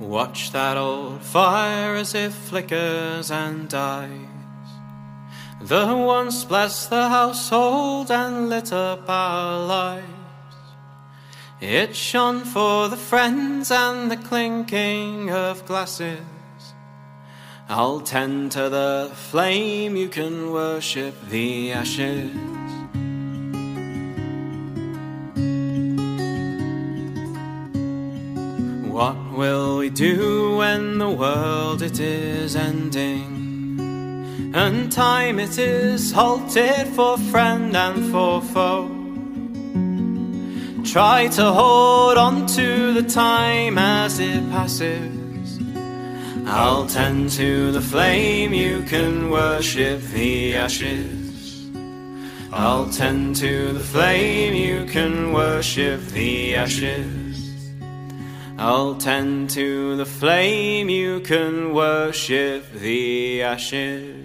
Watch that old fire as it flickers and dies. The once blessed the household and lit up our lives. It shone for the friends and the clinking of glasses. I'll tend to the flame, you can worship the ashes. What will we do when the world it is ending? And time it is halted for friend and for foe. Try to hold on to the time as it passes. I'll tend to the flame, you can worship the ashes. I'll tend to the flame, you can worship the ashes. I'll tend to the flame, you can worship the ashes.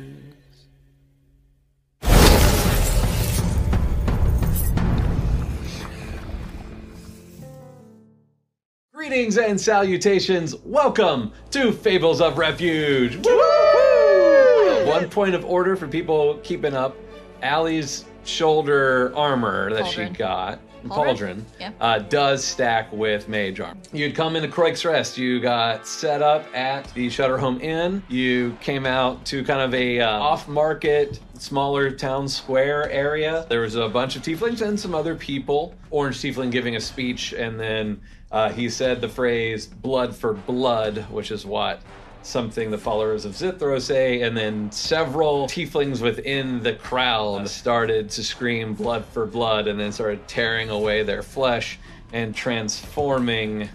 Greetings and salutations. Welcome to Fables of Refuge. Woo-hoo! One point of order for people keeping up. Allie's shoulder armor that she Pauldron. got, pauldron, Pauldron? Yeah. uh, does stack with mage armor. You'd come into Croix's Rest. You got set up at the Shutterhome Inn. You came out to kind of a uh, off-market, smaller town square area. There was a bunch of tieflings and some other people. Orange Tiefling giving a speech, and then uh, he said the phrase "blood for blood," which is what something the followers of Zithro say, and then several tieflings within the crowd started to scream blood for blood and then started tearing away their flesh and transforming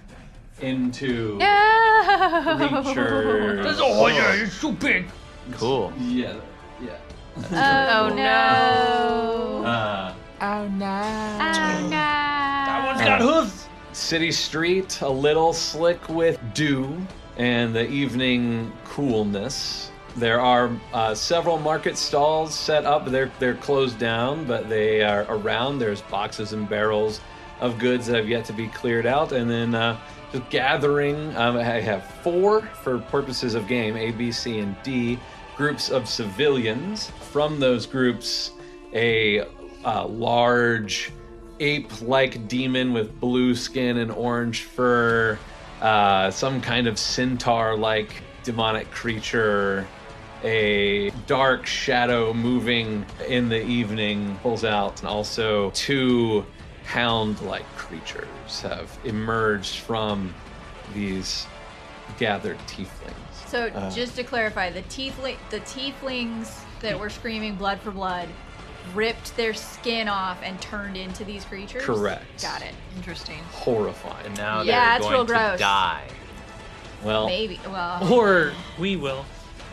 into Oh, creatures. Oh yeah, it's so big. Cool. Yeah, yeah. Oh no. Uh, Oh That no. one's got hooves. city street, a little slick with dew and the evening coolness. There are uh, several market stalls set up. They're they're closed down, but they are around. There's boxes and barrels of goods that have yet to be cleared out, and then uh, just gathering. Um, I have four for purposes of game: A, B, C, and D. Groups of civilians. From those groups, a uh, large ape like demon with blue skin and orange fur, uh, some kind of centaur like demonic creature, a dark shadow moving in the evening pulls out, and also two hound like creatures have emerged from these gathered tieflings. So uh. just to clarify, the tiefling, the tieflings that were screaming blood for blood, ripped their skin off and turned into these creatures. Correct. Got it. Interesting. Horrifying. And now Yeah, they're it's going real to gross. die. Well, Maybe. Well. Oh. Or we will.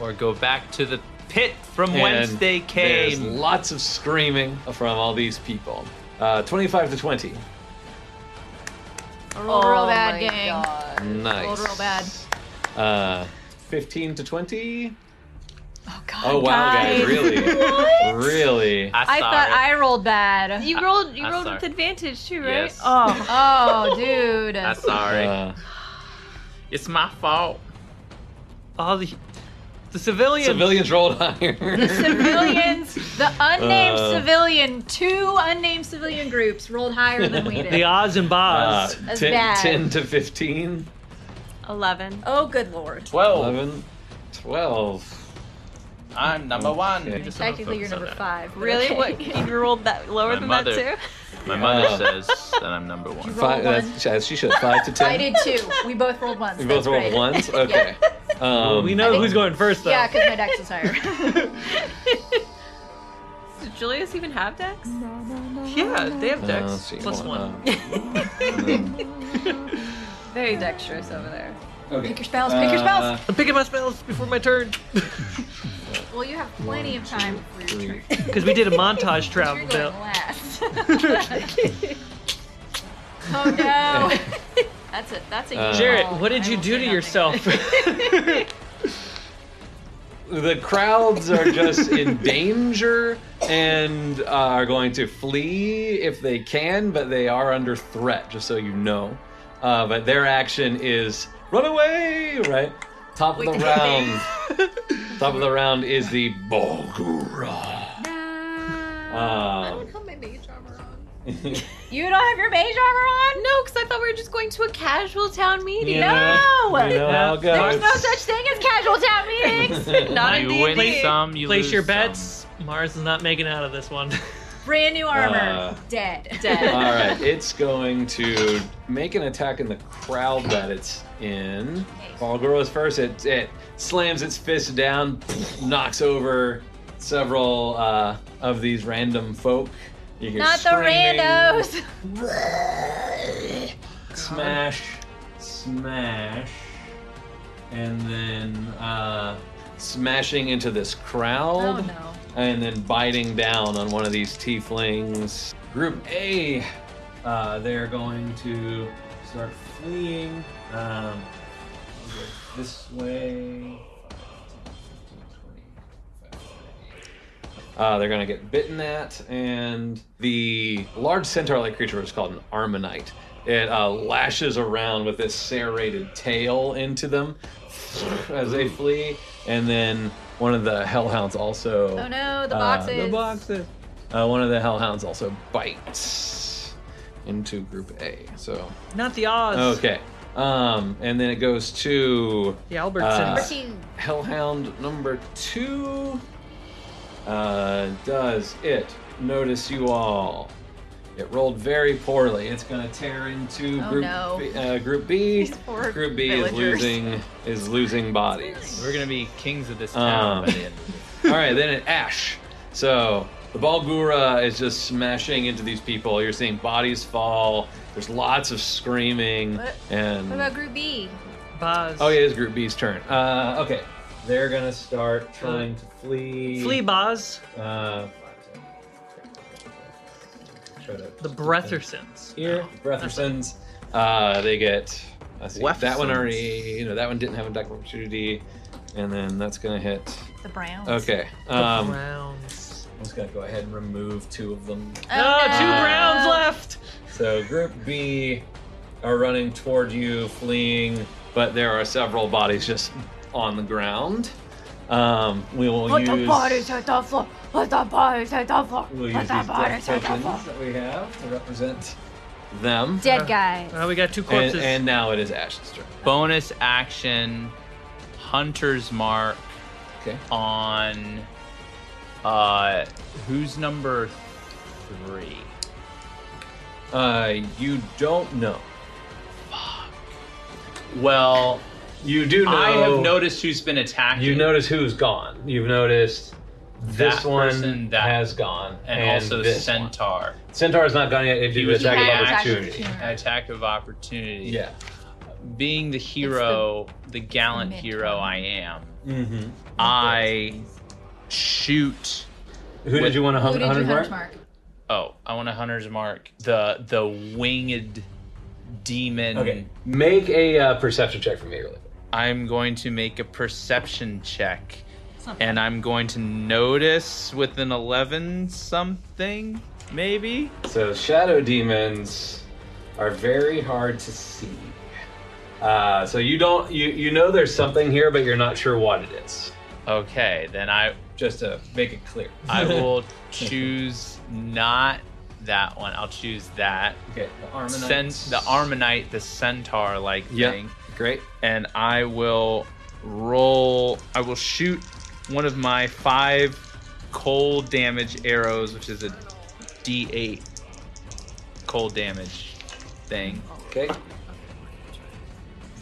Or go back to the pit from And whence they There's came. lots of screaming from all these people. Uh, 25 to 20. Roll, roll bad, Oh my gang. God. Nice. Rolled real bad. Uh, 15 to 20. Oh god. Oh, wow, guys. guys. Really? Really? I, I thought I, I rolled bad. You rolled. You I'm rolled Ah, sorry. with advantage too, right? Yes. Oh. Oh, dude. am sorry. Uh, it's my fault. All the the civilians. civilians rolled higher. Civilians, the unnamed Uh. civilian, two unnamed civilian groups rolled higher than we did. The odds and Uh, bars. 10, That's bad. 10 to 15. Eleven. Oh, good lord. Twelve. 11, 12. I'm number one. Okay. Just Technically, wanna you're focus on number that. five. but Really? okay. What? You rolled that lower My than mother. that My Uh, mother says that I'm number one. Roll Five, that's, as she should. 5 to 10. I did two. We both rolled once. We both That's rolled great. ones? Okay. Um, we I know think- who's going first, though. Yeah, because my dex is higher. too. Does Julius even have dex? Yeah, they have uh, decks. let's see, uh, Plus hold one. on, um, Very dexterous over there. okay. Pick your spells. Pick your uh, spells. I'm picking my spells before my turn. Well, you have plenty of time for your three. turn. Because we did a montage You're travel going bit. last. oh no. That's a that's a. Uh, huge Jarrett, roll. what did I you will say do to nothing. yourself? the crowds are just in danger and uh, are going to flee if they can, but they are under threat, just so you know. Uh, but their action is run away, right? Top of the round. Top of the round is the Bulgura. Um, Put my mage armor on. You don't have your mage armor on? No, because I thought we were just going to a casual town meeting. You No! know how it There's goes. no such thing as casual town meetings! Not you in win D&D. some, you Place lose your some. bets. Mars is not making out of this one. Brand new armor. Uh, Dead. Dead. All right, it's going to make an attack in the crowd that it's in. Bulgura's first. It it slams its fist down, knocks over several uh, of these random folk. You hear Not the screaming, randos! Smash, smash, and then uh, smashing into this crowd Oh no. and then biting down on one of these tieflings. Group A, uh, they're going to start fleeing um, this way. Uh, they're gonna get bitten at, and the large centaur-like creature is called an armonite. It uh, lashes around with this serrated tail into them as they flee, and then one of the hellhounds also Oh no, the uh, boxes. the boxes. Uh, one of the hellhounds also bites into group A. So not the Oz. okay, um, and then it goes to The Uh, Albertsons. hellhound number two. Uh, does it notice you all? It rolled very poorly. It's gonna tear into Oh, group no. B, uh, group B. These poor Group B is villagers. losing is losing bodies. We're gonna be kings of this town Um. by the end of this. All right, then at Ash. So the Balgura is just smashing into these people. You're seeing bodies fall. There's lots of screaming. What- And What about group B? Boz. oh yeah, it's Group B's turn. Uh, okay, they're gonna start trying to flee. Flea Boz. Uh, try to- The Brethersons. here, Brethersons. Uh, they get. I see, that one Wefsons. already. You know that one didn't have a deck opportunity, and then that's gonna hit. The Browns. Okay. The Um, Oh. Browns. I'm just gonna go ahead and remove two of them. Oh, Oh, two no. Browns left. So group B are running toward you, fleeing, but there are several bodies just on the ground. Um, we will Let the use bodies hit the floor. Let the bodies hit the floor. we'll use Let these the death bodies hit the tokens floor. that we have to represent them. Dead guy. Uh, we got two corpses. And, and now it is Ash's turn. Bonus action, Hunter's Mark Okay. on. Uh, who's number three? Uh, you don't know. Well, You do know. I have noticed who's been attacking. You notice who's gone. You've noticed this That one person, that- has gone, and, also this one. Centaur. Centaur's not gone yet. It did was attack attacked. of opportunity. Attack of opportunity. Yeah. Being the hero, the, gallant mid hero one. I am, Mm-hmm. I shoot. Who did you want to Who hunt? did you hunt hunt mark? mark? Oh, I want a hunter's mark. The the winged demon. Okay. Make a uh, perception check for me, really. I'm going to make a perception check, and I'm going to notice with an eleven something, maybe. So shadow demons are very hard to see. Uh, so you don't you you know there's something here, but you're not sure what it is. Okay, then I Just to make it clear. I will choose not that one. I'll choose that. okay. The Sen- the Armonite, the centaur like Yeah. thing. Great. And I will roll I will shoot one of my five cold damage arrows, which is a D eight cold damage thing. Okay.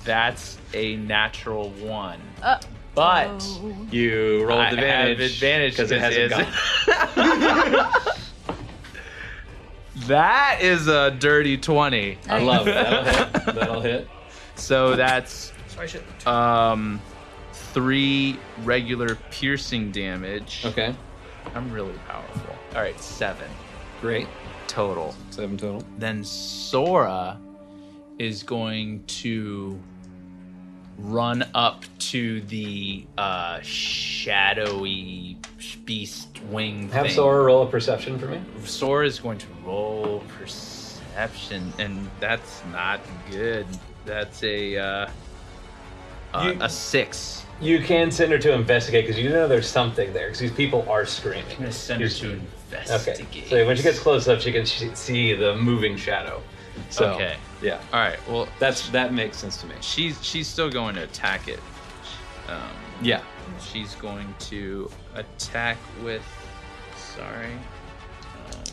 That's a natural one. Uh, But Oh. You roll I have advantage advantage because it hasn't because gone. that is a dirty twenty. I love it. That'll hit. That'll hit. So that's so I should. um three regular piercing damage. Okay. I'm really powerful. All right, seven Great. total. Seven total. Then Sora is going to run up to the uh, shadowy beast wing Have thing. Sora roll a perception for me. Sora is going to roll perception. Perception, and that's not good. That's a uh, uh, You- a six. You can send her to investigate because you know there's something there because these people are screaming. gonna send her to Okay. investigate. So when she gets close up, she can sh- see the moving shadow. So, Okay. Yeah. All right. Well, That's that makes sense to me. she's she's still going to attack it. Um, Yeah. she's going to attack with. Sorry. Um,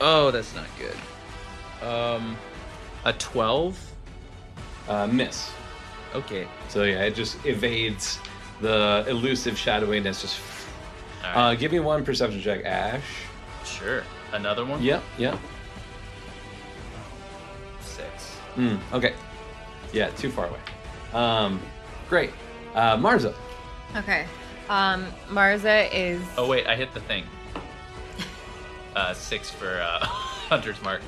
oh, that's not good. Um, a twelve. Uh, miss. Okay. So yeah, it just evades the elusive shadowy and it's just. All right. Uh, give me one perception check, Ash. sure. Another one. Yep. Yep. Six. Mm, okay. Yeah. Too far away. Um, great. Uh, Marza. Okay. Um, Marza is. Oh wait, I hit the thing. Uh, six for uh, Hunter's Mark.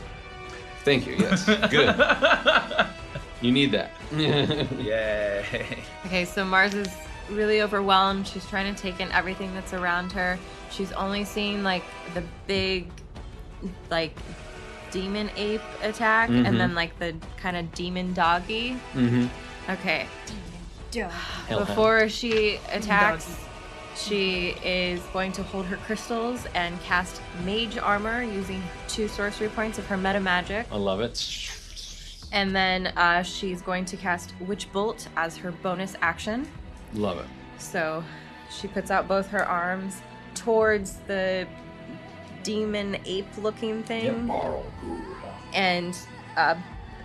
Thank you. Yes. Good. you need that. Yay. Okay, so Mars is really overwhelmed. She's trying to take in everything that's around her. She's only seeing like the big, like, demon ape attack, Mhm. and then like the kind of demon doggy. hmm Okay, Duh. before she attacks, she is going to hold her crystals and cast mage armor using two sorcery points of her meta magic. I love it. And then uh, she's going to cast Witch Bolt as her bonus action. Love it. So she puts out both her arms towards the demon ape looking thing. And uh,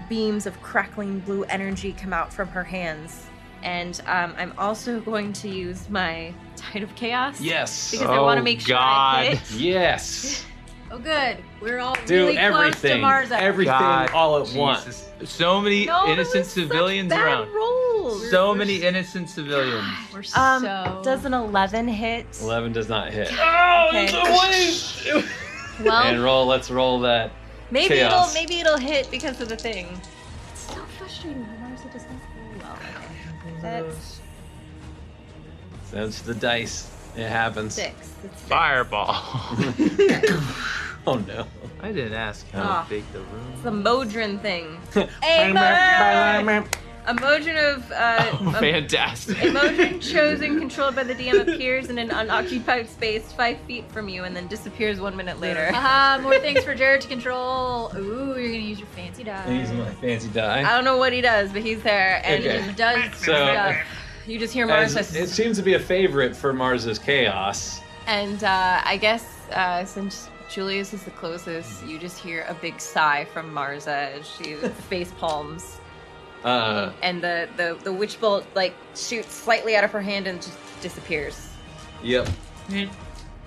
beams of crackling blue energy come out from her hands. And um, I'm also going to use my Tide of Chaos. Yes. Because I want to make sure I Oh, God. hit. Yes. Oh, good. We're all Do really everything. close to Marza. Everything God, all at Jesus. once. So many No, there innocent was such civilians bad around. rolls. So many innocent civilians. We're Um, so. Does an 11 hit? 11 does not hit. Okay. Well, And roll, let's roll that. Maybe Chaos. it'll maybe it'll hit because of the thing. It's so frustrating. Marza does not roll well. That's That's the dice. It happens. six. It's six. Fireball. Oh no. I didn't ask how Ah. big the room. It's the Modrin thing. a Modrin, That's a Modrin of uh, Oh, a- fantastic. a Modrin chosen controlled by the DM appears in an unoccupied space five feet from you and then disappears one minute later. Haha, Uh-huh, more things for Jared to control. Ooh, you're gonna use your fancy die. my fancy die. I don't know what he does, but he's there and Okay. It does So- stuff. you just hear As- Mars it seems to be a favorite for Mars's chaos. and uh, I guess uh, since Julius is the closest, you just hear a big sigh from Marza as she face palms. Uh, and the, the, the witch bolt like shoots slightly out of her hand and just disappears. yep.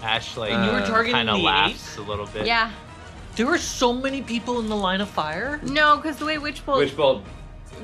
Ashley And you were targeting kind of the laughs a little bit. Yeah. There were so many people in the line of fire. Uh, No, because the way witch bolt, Which bolt?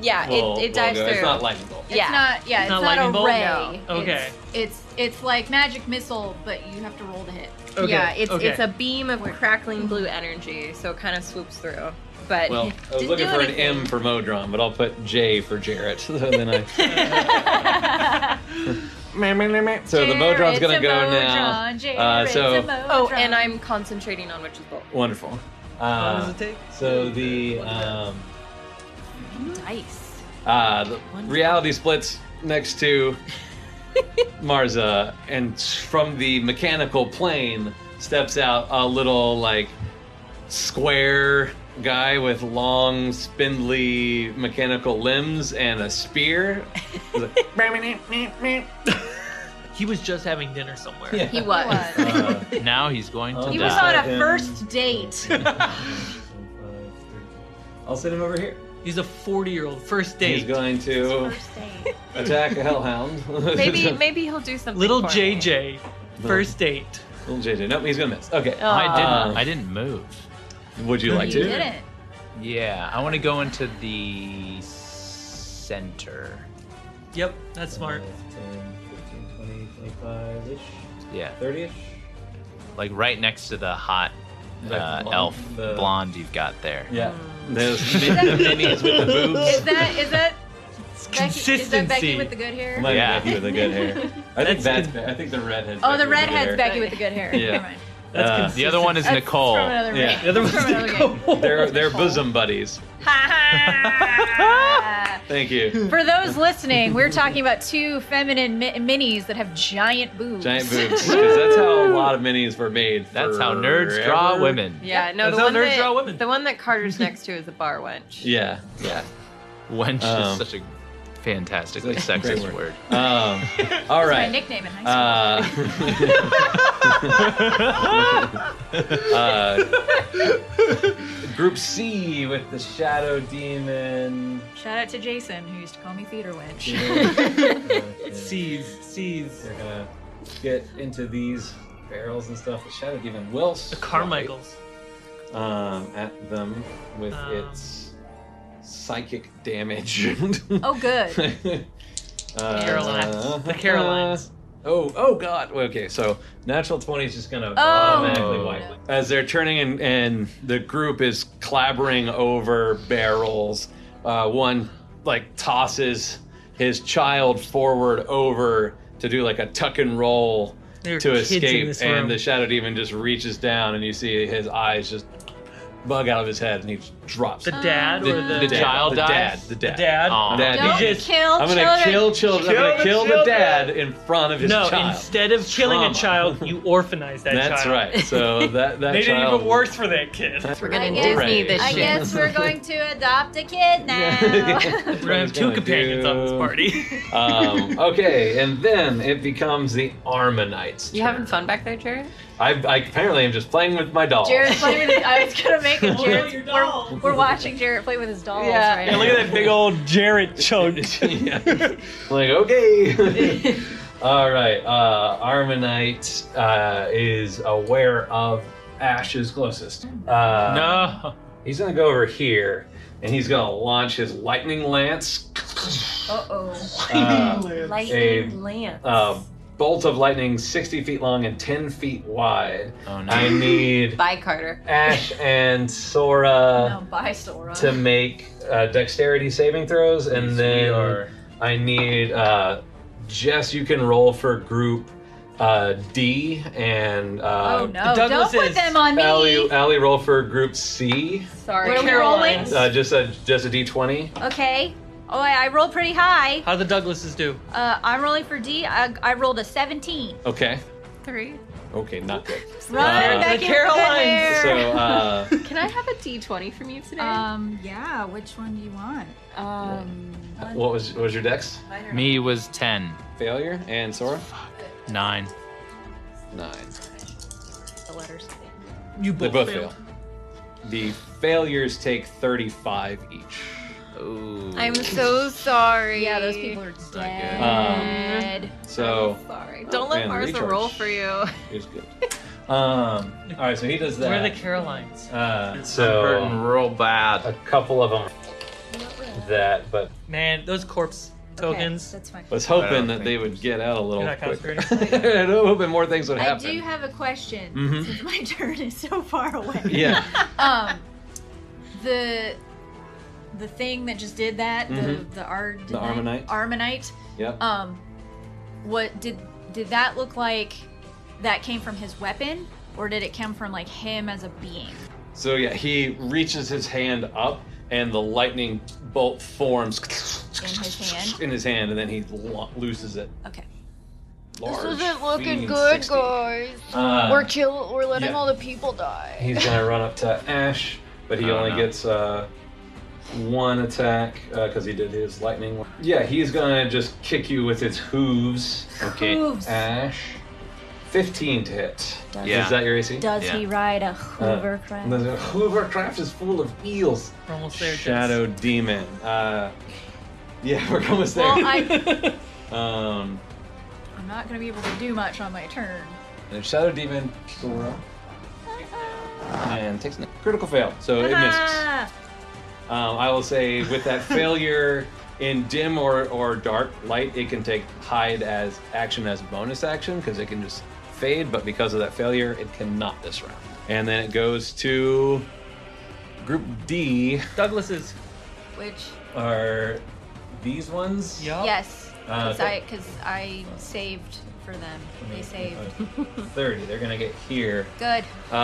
yeah, will- uh, it, will it dives go? through. It's not lightning bolt. Yeah. It's not. Yeah, It's it's, not, not lightning bolt? a ray. No. Okay. It's, it's it's like magic missile, but you have to roll to hit. Okay, Yeah, it's okay. it's a beam of crackling blue energy, so it kind of swoops through. But Well, I was Didn't looking do for an anything. M for Modron, but I'll put J for Jarrett. So then I. So the Modron's Jared's gonna a go Modron, now. Uh, Jared's a so- Modron. oh, and I'm concentrating on witch's bolt. Wonderful. How long Uh, does it take? so the um, Dice. uh, the reality splits next to Marza, and from the mechanical plane steps out a little like square guy with long, spindly mechanical limbs and a spear. He's like, He was just having dinner somewhere. yeah. He was. was. Uh, Now he's going to Oh, He die. was on Seven. a first date. I'll send him over here. He's a 40 year old first date. He's going to First date. attack a hellhound. maybe maybe he'll do something. Little for me. JJ, first date. Little JJ. Nope, he's gonna miss. Okay. I didn't. Uh, I didn't move. Would you like You to? didn't. Yeah, I want to go into the center. Yep, that's smart. 10, 15, 20, 25 ish, Yeah, 30 ish. like right next to the hot Like uh, blonde- elf the- blonde you've got there. Yeah. Those min- the minions with the Hmm. Is boobs. that is that It's Becky? Is that Becky consistency. with the good hair? Might Yeah. be Becky with the good hair. I think That's that's. good. Be- I think the redhead's. oh, Becky the with good redhead's hair. Becky with the good hair. Yeah. Never mind. Uh, The other one is That's Nicole. From another Yeah. game. The other one's From another game. Nicole. they're they're bosom buddies. Ha Thank you. For those listening, we're talking about two feminine mi- minis that have giant boobs. Giant boobs, because that's how a lot of minis were made. That's how nerds draw forever. women. Yeah, no, That's the how one, nerds that, draw women. the one that Carter's next to is a bar wench. Yeah. Wench Um, is such a fantastically That's a great sexist word. word. Um, all That's my right. nickname in high school. Uh, uh, group C with the shadow demon. Shout out to Jason, who used to call me theater wench. Sees, sees. They're gonna get into these barrels and stuff. The shadow demon will The Carmichaels. strike, um, at them with Um. its psychic damage. Oh, good. Uh, Carolines. The Carolines. Oh, oh God. Okay, so natural twenty is just gonna automatically Oh. wipe it. as they're turning and, and the group is clabbering over barrels. Uh, one like tosses his child forward over to do like a tuck and roll There are to kids in escape, this room. and the shadow demon just reaches down, and you see his eyes just bug out of his head, and he just drops. The Um, dad The, or the, the child the dies. dad, the the dad, dad. Aw. Dad Don't he just- kill I'm gonna children. kill children. Kill I'm gonna the kill the children. dad in front of his no, child. instead of killing Trauma. a child, you orphanize that child. That's right. So that that They child, did even worse for that kid. That's We're right. gonna I Disney guess- this I shit. guess we're going to adopt a kid now. Yeah. We're gonna have two Gonna companions do- on this party. Um, okay, and then it becomes the Armonites. You having fun back there, Jared? I, I apparently am just playing with my doll. Jared's playing with. I was gonna make it. Pull out your Jared. doll. We're, we're watching Jared play with his dolls Yeah. right Yeah, now. look at that big old Jared chug. Yeah. Like okay. All right. Uh, Armonite uh, is aware of Ash's closest. Uh, No. He's gonna go over here, and he's gonna launch his lightning lance. Uh oh. Uh, Lightning Lance. a bolt of lightning 60 feet long and 10 feet wide. Oh I no. need Bye, Carter. Ash and Sora No, bye, Sora. Uh, to make uh, dexterity saving throws, and we then are I need uh, Jess, you can roll for group uh, D, and oh uh, no! Don't Douglas put is- them on me. Allie, Allie roll for group C. Sorry, What are we Caroline. rolling? Uh, just a just a d20. Okay. Oh, I, I rolled pretty high. How the Douglases do? Uh, I'm rolling for D. I, I rolled a 17. Okay. Three. Okay, not good. Run Uh, back the in the Carolines. So, hair. uh, Can I have a D20 from you today? Um, yeah. Which one do you want? Uh, um what was what was your dex? Me was 10. Failure and Sora. 9. Nine. the letters. You They both, both failed. fail. The failures take 35 each. Ooh. I'm so sorry. Yeah, those people are good. dead. So Sorry. Don't let Oh, man, Martha recharge. roll for you. he's good. Um, all right, so he does Where are the that. Carolines? Uh, hurting so real a bad. couple of them that, but Man, those corpse tokens. that's fine. was I hoping don't that think they would get out a little You're not quicker. concentrating. I was hoping more things would I happen. do have a question Mhm. since my turn is so far away. yeah. Um, the the thing that just did that, the the Ar- The Armonite. Armonite. Yep. Um, what did did that look like? That came from his weapon, or did it come from like him as a being? So yeah, he reaches his hand up, and the lightning bolt forms in his hand? In his hand, and then he lo- loses it. Okay. Large This isn't looking fiend good, 60. guys. Uh, we're kill. We're letting yeah. all the people die. He's gonna run up to Ash, but he Oh, only no. gets uh, one attack because he did his lightning. one. Yeah, he's gonna just kick you with his hooves, Okay. Hooves. Ash. Fifteen to hit. Yeah. Is that your AC? Does Yeah. he ride Uh, a Hoover And craft? The Hoovercraft is full of eels. We're almost there. Jess. Shadow demon. Uh, yeah, we're almost there. Well, I- um, I'm not gonna be able to do much on my turn. and Shadow demon Sora. And takes a critical fail, so it misses. Ah! Um, I will say with that failure in dim or, or dark light, it can take hide as action as bonus action because it can just fade, but because of that failure, it cannot this round. And then it goes to group D. Douglases. Which Are these ones? Yeah. yes, Uh, Because I, cause I saved for them. They saved. 30. They're going to get here. Good. Uh,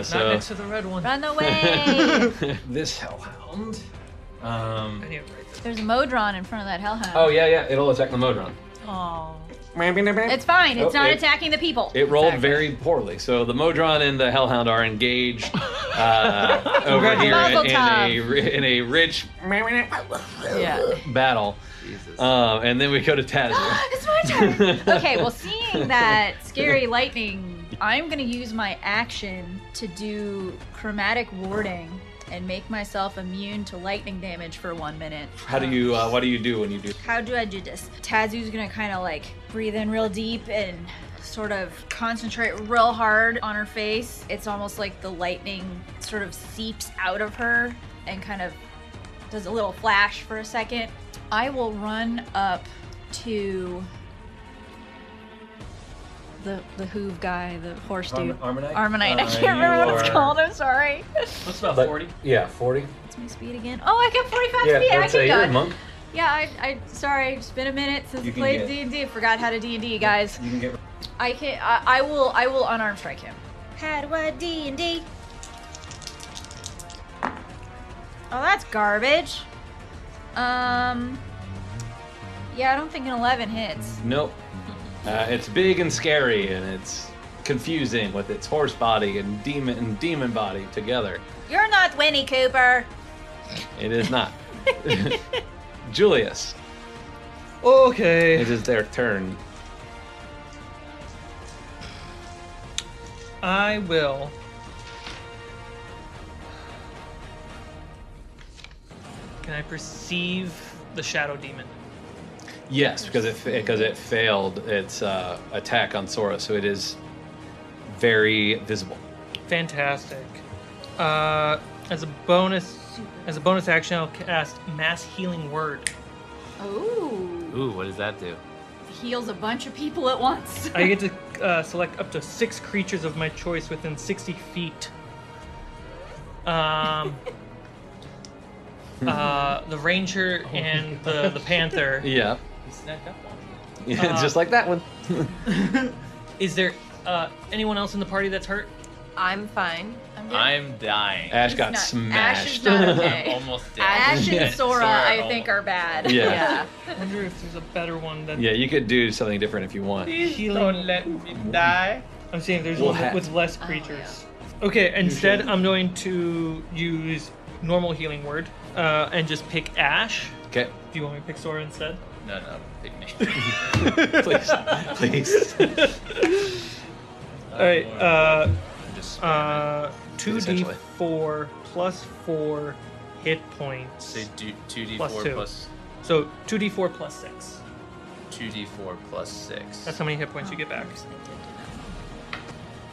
Not so. next to the red one. Run away! this hellhound. Um, I need to write this. There's a Modron in front of that hellhound. oh, yeah, yeah. It'll attack the Modron. Oh. It's fine. It's Oh, not it- attacking the people. It rolled Exactly. very poorly. So the Modron and the Hellhound are engaged uh, over here Muzzle in a, ri- in a rich Yeah. battle. Jesus. Um, and then we go to Tazra. it's my turn. Okay, well, seeing that scary lightning, I'm going to use my action to do chromatic warding and make myself immune to lightning damage for one minute. How do you? Uh, what do you do when you do? How do I do this? Tazu's gonna kind of like breathe in real deep and sort of concentrate real hard on her face. It's almost like the lightning sort of seeps out of her and kind of does a little flash for a second. I will run up to the the hoove guy, the horse dude. Armonite. Armonite. Uh, I can't remember what it's called. I'm sorry. What's about 40? Yeah, forty. What's my speed again? Oh, I got 45 speed. I that's can a, dodge. you're a monk. Yeah, I, I sorry, it's been a minute since You I can played D get- and D. Forgot how to D and D, guys. You can get. I can. I, I will. I will unarm strike him. How do I D and D? Oh, that's garbage. Um. Yeah, I don't think an eleven hits. Nope. Uh, it's big and scary, and it's confusing with its horse body and demon and demon body together. You're not Winnie Cooper. It is not. Julius, Okay. it is their turn. I will. Can I perceive the shadow demon? Yes, because it because it failed its uh, attack on Sora, so it is very visible. Fantastic. Uh, as a bonus, as a bonus action, I'll cast mass healing word. Oh, Ooh, what does that do? heals a bunch of people at once. I get to uh, select up to six creatures of my choice within 60 feet. Um, uh, the ranger and the, the panther. Oh Yeah, Uh, Um, just like that one. Is there uh, anyone else in the party that's hurt? I'm fine. I'm good. I'm dying. Ash He's got not- Ash is smashed. not I'm okay. almost dead. Ash and Sora, I almost- think, are bad. Yeah. yeah. I wonder if there's a better one than yeah, you could do something different if you want. healing. me die. I'm saying there's We'll one have- with less creatures. Oh, Okay, instead I'm going to use normal healing word uh, and just pick Ash. Okay, Do you want me to pick Sora instead? No, no, pick me. please, please. All right. Uh, I'm just uh, two D Essentially. four plus four hit points. say do, 2d4 plus two. plus So two D four plus six. 2d4 plus 6. That's how many hit points you get back.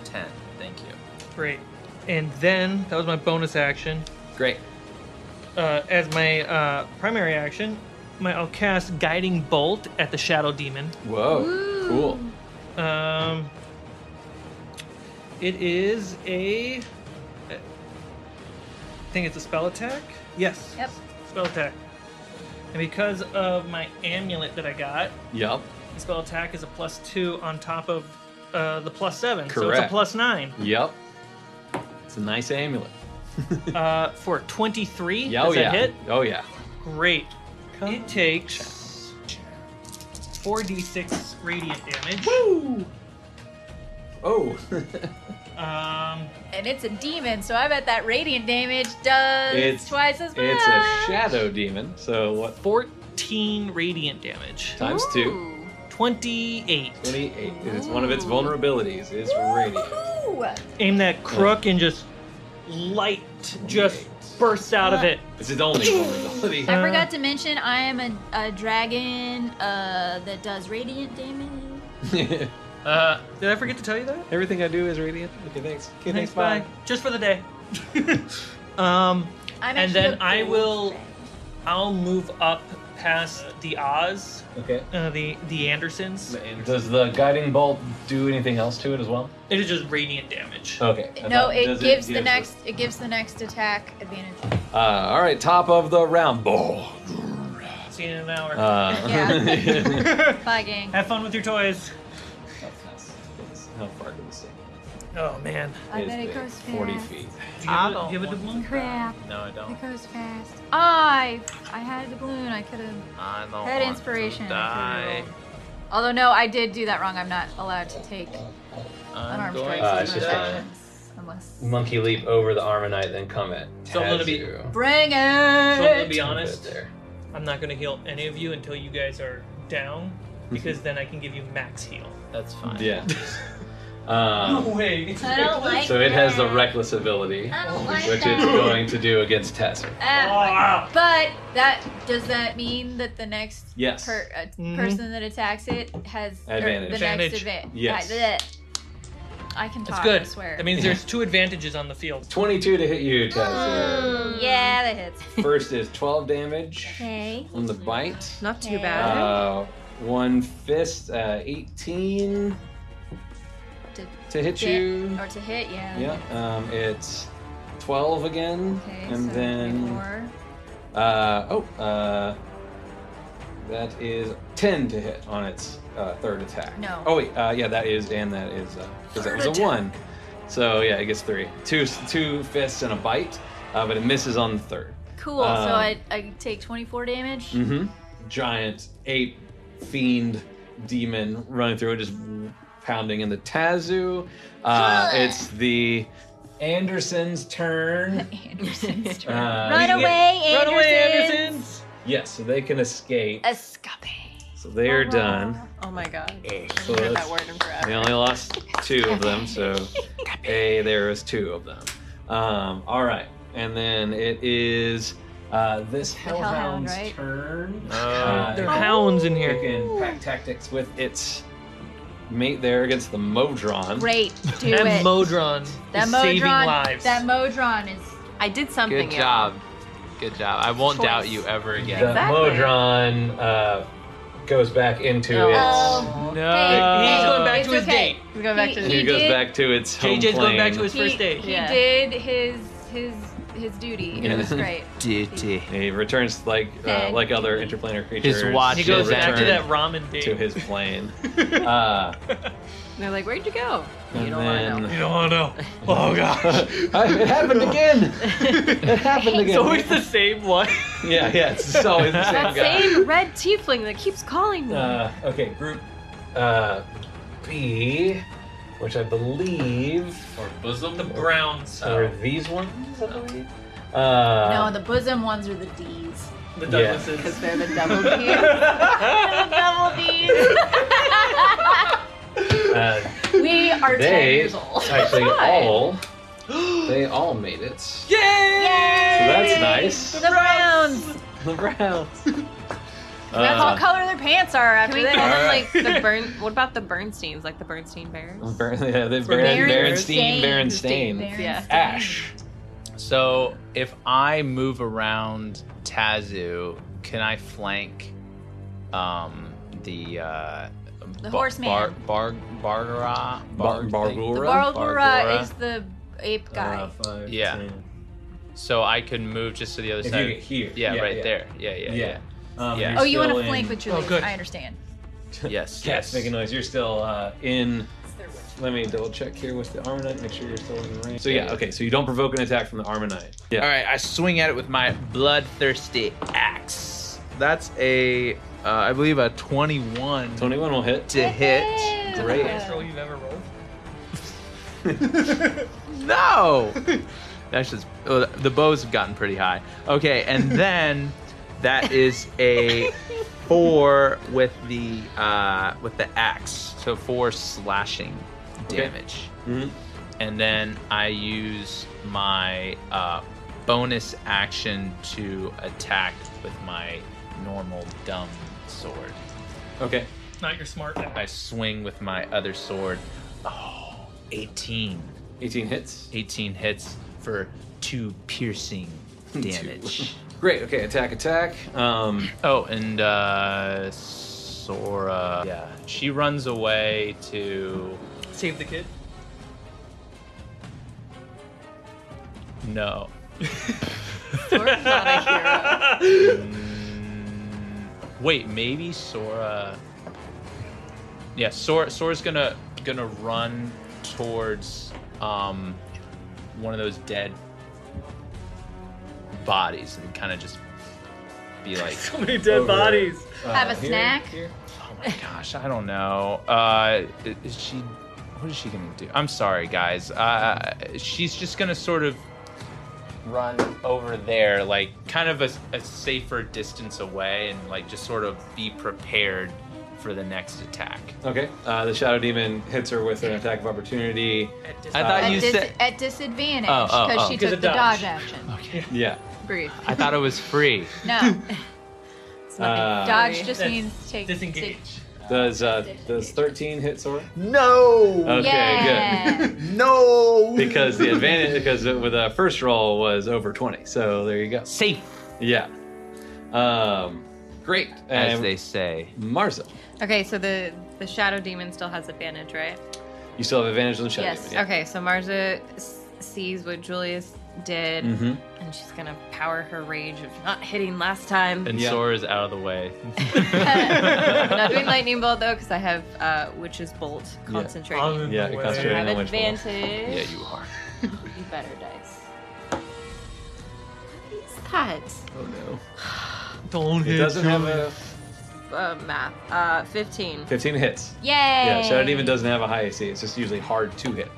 10. Thank you. Great. And then that was my bonus action. Great. uh, as my uh, primary action, my, I'll cast Guiding Bolt at the Shadow Demon. Whoa, cool. Um, it is a. I think it's a spell attack. Yes. Yep. Spell attack. And because of my amulet that I got, Yup. the spell attack is a plus two on top of uh, the plus seven, so it's a Correct. plus nine Yep. It's a nice amulet. uh, for twenty-three. Yeah, oh Does yeah. that hit? Oh yeah. Great. it takes 4d6 radiant damage. Oh. Um, And it's a demon, so I bet that radiant damage does It's- twice as much. it's a shadow demon. So what? 14 radiant damage. Times two. 28. Twenty-eight. It's one of its vulnerabilities. Is radiant. Aim that crook and just light just bursts out of it. It's its only vulnerability. Uh. I forgot to mention I am a, a dragon uh, that does radiant damage. Uh, did I forget to tell you that? Everything I do is radiant. Okay, thanks. Okay, Thanks, bye. Just for the day. um, I'm and actually then a I gold will, dragon. I'll move up past the Oz, Okay. uh, the the Andersons. Does the guiding bolt do anything else to it as well? It is just radiant damage. Okay. I No, thought- it does gives the gives next. It gives the next attack advantage. Uh, all right, top of the round. Ball. See you in an hour. Uh, Yeah. Uh. Bugging. Have fun with your toys. How far did this take? Oh man. I It is bet it big. goes Forty fast. feet. Do you have, a, do you have a doubloon? Crap. No, I don't. It goes fast. I I had the balloon. I could have I don't had want inspiration. To I die. could've rolled. Although no, I did do that wrong. I'm not allowed to take I'm unarmed going strikes. it's in my to just die. fine. actions, Unless. Monkey leap over the Armonite, then come at So I'm gonna be- Tazu. Bring So I'm gonna it. be Good honest. there. I'm not gonna heal any of you until you guys are down, because then I can give you max heal. That's fine. Yeah. Oh Um, way. I don't like So it has the that. reckless ability, I don't like which that. it's going to do against Tazu. Ah, but that does that mean that the next yes. per, uh, Mhm. person that attacks it has or Advantage. the Advantage. next advantage? Yes. I can That's talk. good. I swear. That means there's two advantages on the field. Twenty-two to hit you, Tazu. Hmm. yeah, that hits. First is twelve damage Oh. Okay. from the bite. Not too Okay. bad. Uh, one fist, uh, eighteen To to hit hit. you. Or to hit, yeah. Yeah, um, it's 12 again. Okay, and so three then. more. Uh, oh, uh, that is 10 to hit on its uh, third attack. No. Oh, wait, uh, yeah, that is, and that is, because that was a 1. So, yeah, it gets 3. Two, two fists and a bite, uh, but it misses on the third. Cool. Um, so I, I take 24 damage. Mm-hmm. Giant ape, fiend, demon running through it, just pounding in the Tazu. Uh, it's the Anderson's turn. Anderson's turn. Uh, Run yeah. away, Anderson. Run away, Andersons! Yes, so they can escape. Escape. So they are done. Oh my god. So I haven't heard that's- that word in forever. they only lost two of them, so hey, there was two of them. Um, all right, and then it is uh, this hellhound, hellhound's right? turn. Oh. Uh, There are hounds in It here. can pack tactics with its mate there against the Modron. Great. Do That it. Modron that is Modron. saving lives. That Modron is. I did something. Good y'all. job. Good job. I won't Choice. doubt you ever The again. Exactly. Modron uh, goes back into Oh. its. Oh. Uh, Hey, he's hey, going back it's to his okay. date. We go back to He- the He, goes did- back to its home JJ's going back to plane. his first He, date. he Yeah. did his his his duty. Yeah. It was great. Duty. He returns like uh, Okay. like other interplanar creatures. watch He She'll goes back to return that ramen date. to his plane. uh, And they're like, "Where'd you go?" and You don't then... want to know. don't want to know. Oh gosh. it happened again. It happened again. It's always the same one. yeah, yeah. It's always the same That guy. same red tiefling that keeps calling me. Uh, okay, group uh, B, which I believe or bosom. The Browns. are these ones. I believe. Uh, No, the bosom ones are the D's. The yeah. Douglases. They're the double Ds. Double D's. uh, we are ten they years old. actually Why? all they all made it. So Yay! that's nice. The Browns. The Browns. That's Uh, all color their pants are Can after we this. call them Alright. like the Bern? What about the Bernsteins? Like the Bernstein Bears? Ber- yeah, the Baron- Berenstein, Berenstain. Berenstain, Yeah. Ash. So if I move around Tazu, can I flank um, the uh, The Ba- horseman. Bar, bar, Bargara, Bar- Barg- The Bargura. Bargura Bargura. is the ape Uh, guy. Yeah. so I can move just to the other If you side. get here, yeah, yeah, right yeah. there. Yeah, yeah, yeah. Yeah. Um, Yeah. you're oh, you want to still in- flank with your Oh, leaves. good. I understand. Yes. Yes, yes. make a noise. You're still uh, in. Let me double check here with the Armonite. Make sure you're still in range. So yeah, okay. So you don't provoke an attack from the Armonite. Yeah. All right, I swing at it with my bloodthirsty axe. That's a, uh, I believe, a 21 Twenty-one will hit. to hit. Great. Best roll you've ever rolled. No! That's just, oh, the bows have gotten pretty high. Okay, and then that is a four with the uh, with the axe. So four slashing damage. Mhm. And then I use my uh, bonus action to attack with my normal dumb sword. Okay. Not your smart ass. I swing with my other sword. Oh, 18. Eighteen hits. 18 hits for two piercing damage. Great. Okay. Attack. Attack. Um. oh, and uh, Sora. Yeah, she runs away to. Save the kid. No. Or not a hero. Mm, Wait, maybe Sora. Yeah, Sora. Sora's gonna gonna run towards um one of those dead bodies and kind of just be like, So many dead over- bodies. uh, Have a here, snack. Oh my gosh, I don't know. Uh, i- is she? What is she gonna do? I'm sorry, guys. Uh, she's just gonna sort of run over there, like kind of a, a safer distance away, and like just sort of be prepared for the next attack. Okay. Uh, the shadow demon hits her with an attack of opportunity. I thought at, you dis- said. at disadvantage Oh, because oh, oh. she 'Cause took the of dodge, dodge. action. Yeah. Breathe. I thought it was free. No, Uh, dodge just That's means take disengage. Does uh, does 13 hit Sora? No. Uh, Okay, yeah. No. good. Because the advantage, because it, with the first roll was over 20, so there you go. Safe, Yeah. Um, great. as And they say. Marza, Okay, so the the shadow demon still has advantage, right? you still have advantage on the shadow yes. demon. yeah. Okay, so Marza s- sees what Julius did, Mhm. and she's gonna power her rage of not hitting last time. And Sora's out of the way. I'm not doing lightning bolt though, because I have uh, witch's bolt concentrating. Yeah, Way. So I concentrating have on which one. advantage. Yeah, you are. You better dice. What is that? Oh no. Don't It hit doesn't have Julius. a Uh, math. Uh, 15. 15 hits. Yay! Yeah, shadow demon doesn't have a high AC. It's just usually hard to hit.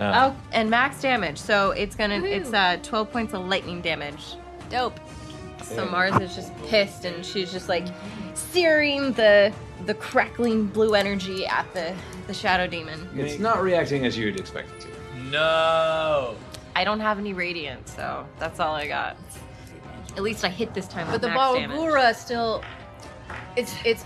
Uh, Oh, and max damage. So it's gonna Woohoo. it's uh 12 points of lightning damage. Dope. So Yeah. Mars is just pissed and she's just like searing the the crackling blue energy at the the shadow demon. It's not reacting as you'd expect it to. No. I don't have any radiant, so that's all I got. At least I hit this time But with the max damage. Balgura still. It's it's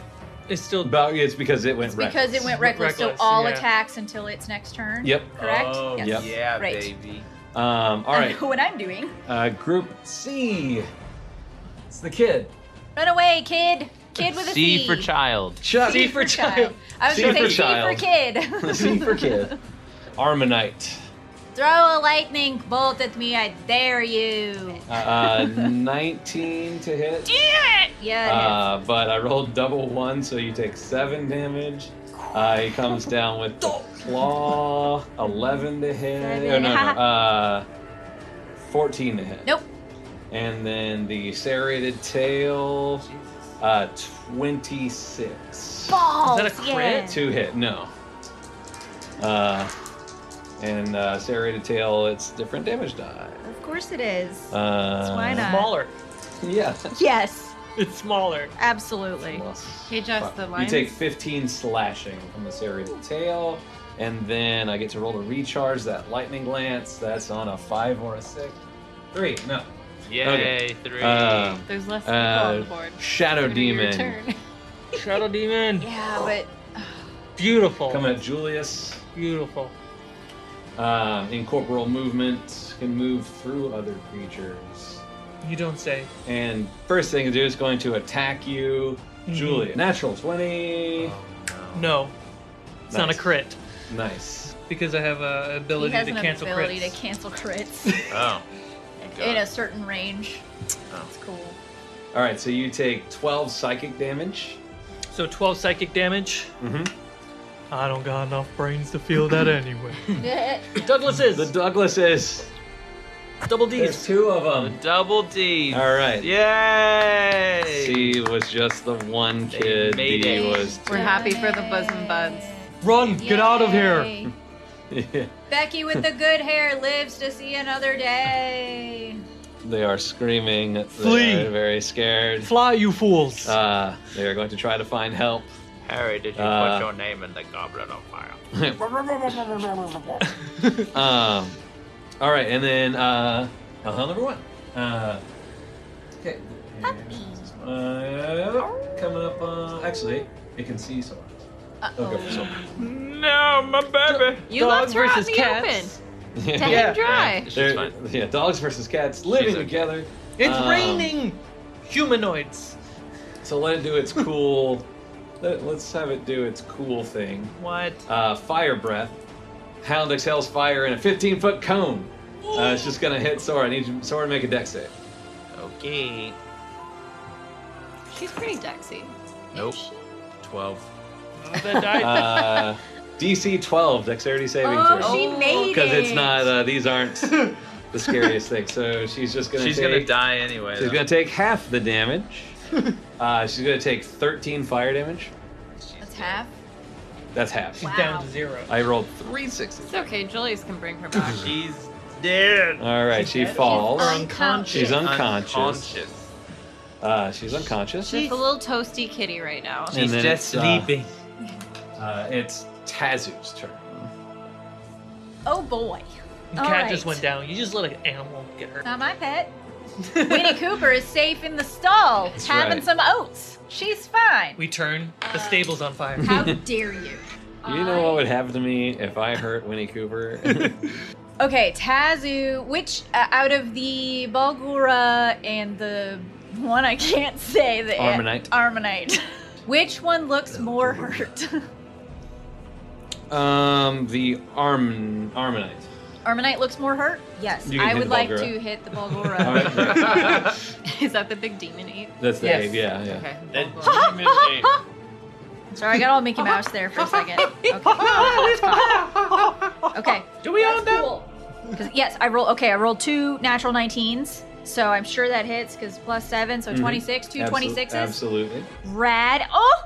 It's still But it's because it went reckless. because it went reckless, Reckless, so all yeah. attacks until its next turn. Yep. Correct? Oh, Yes. Yep. yeah, Right. baby. Um, all I right. know what I'm doing. Uh, group C. It's the kid. Run away, kid. Kid with a C C. for child. Chuck. C for child. I was C gonna say for C child. for kid. C for kid. Armonite. Throw a lightning bolt at me, I dare you. Uh, 19 to hit. Yeah. Uh, but I rolled double one, so you take seven damage. Uh, he comes down with the claw. 11 to hit. Oh, no, no. Uh, 14 to hit. Nope. And then the serrated tail. Uh, 26. Balls. Uh, Is that a crit? Yeah. Two hit, no. Uh, and uh, serrated tail, it's different damage die. Of course it is. Uh, why not? Smaller. Yeah. Yes, It's smaller. absolutely. Hey, Josh, the You lions- take 15 slashing from the serrated tail, and then I get to roll to recharge that lightning glance. That's on a five or a six. Three, no. Yay, Okay. three. Um, There's less people on uh, the board. Shadow It's gonna be your Demon turn. Shadow demon. Yeah, but Beautiful. coming at Julius. Beautiful. Um, incorporeal movement can move through other creatures. You don't say. And first thing to do is going to attack you, Mhm. Julia. Natural 20. Oh, No. It's not a Nice. crit Nice. because I have a he ability has to an cancel ability crits. to cancel crits oh. Got in it. a certain range. That's cool. All right, so you take 12 psychic damage. so 12 psychic damage. Mm-hmm. I don't got enough brains to feel that anyway. Douglas The is Douglas is. double There's D's. two of them. Double D. All right. Yay! C was just the one They kid. made D it. was. We're happy for the bosom buds. Run, get out of here. Yay. Yeah, Becky with the good hair lives to see another day. they are screaming. Flee. They're very scared. Fly, you fools. Uh, they are going to try to find help. Harry, did you Uh, put your name in the goblet of fire? Um, all right, and then uh, uh number one. Uh, okay. Uh, coming up on. Actually, it can see someone. They'll go for someone. No, my baby. You Dogs left her out in versus the cats. open. Dead Yeah. and dry. She's They're- fine. Yeah, dogs versus cats living She's okay. together. It's Um, raining humanoids. So let it do its cool. let, us have it do its cool thing. What? Uh, fire breath. Hound exhales fire in a 15 foot cone. Uh, it's just gonna hit Sora. I need you- Sora to make a deck save. Okay. He's pretty dexy. Nope. 12. Oh, that died. Uh, DC 12, dexterity saving Oh, throw. she made Because it's it. not, uh, these aren't the scariest thing. So she's just going to She's take, gonna die anyway. She's though. going to take half the damage. uh, she's going to take 13 fire damage. That's half. That's half. She's down to zero. I rolled three. sixes. It's okay. Julius can bring her back. She's dead. All right, she falls. She's She's unconscious. Uh, unconscious. Unconscious. Uh, she's unconscious. She's a little toasty kitty right now. And then it's, uh, Uh, it's Tazu's turn. Oh boy. The All cat right. just went down. You just let an animal get hurt. Not my pet. Winnie Cooper is safe in the stall, That's having right. some oats. She's fine. We turn. The stable's on fire. Uh, How dare you? You know what would happen to me if I hurt Winnie Cooper? Okay, Tazu, which uh, out of the Bulgura and the one I can't say, the Armonite. Armonite, which one looks more hurt? um, the arm Armonite. Armonite looks more hurt. Yes, You can I hit would the like Bulgura. to hit the All right, Bulgura. great. Is that the big demon ape? That's the Yes. ape, yeah, yeah. Okay. Sorry, I got all Mickey Mouse there for a second. Okay, that's fine. okay. Do we own them? Because yes, I roll. Okay, I rolled two natural 19s, so I'm sure that hits because plus seven, so Mhm. 26, two Absol- 26s. Absolutely. Rad. Oh,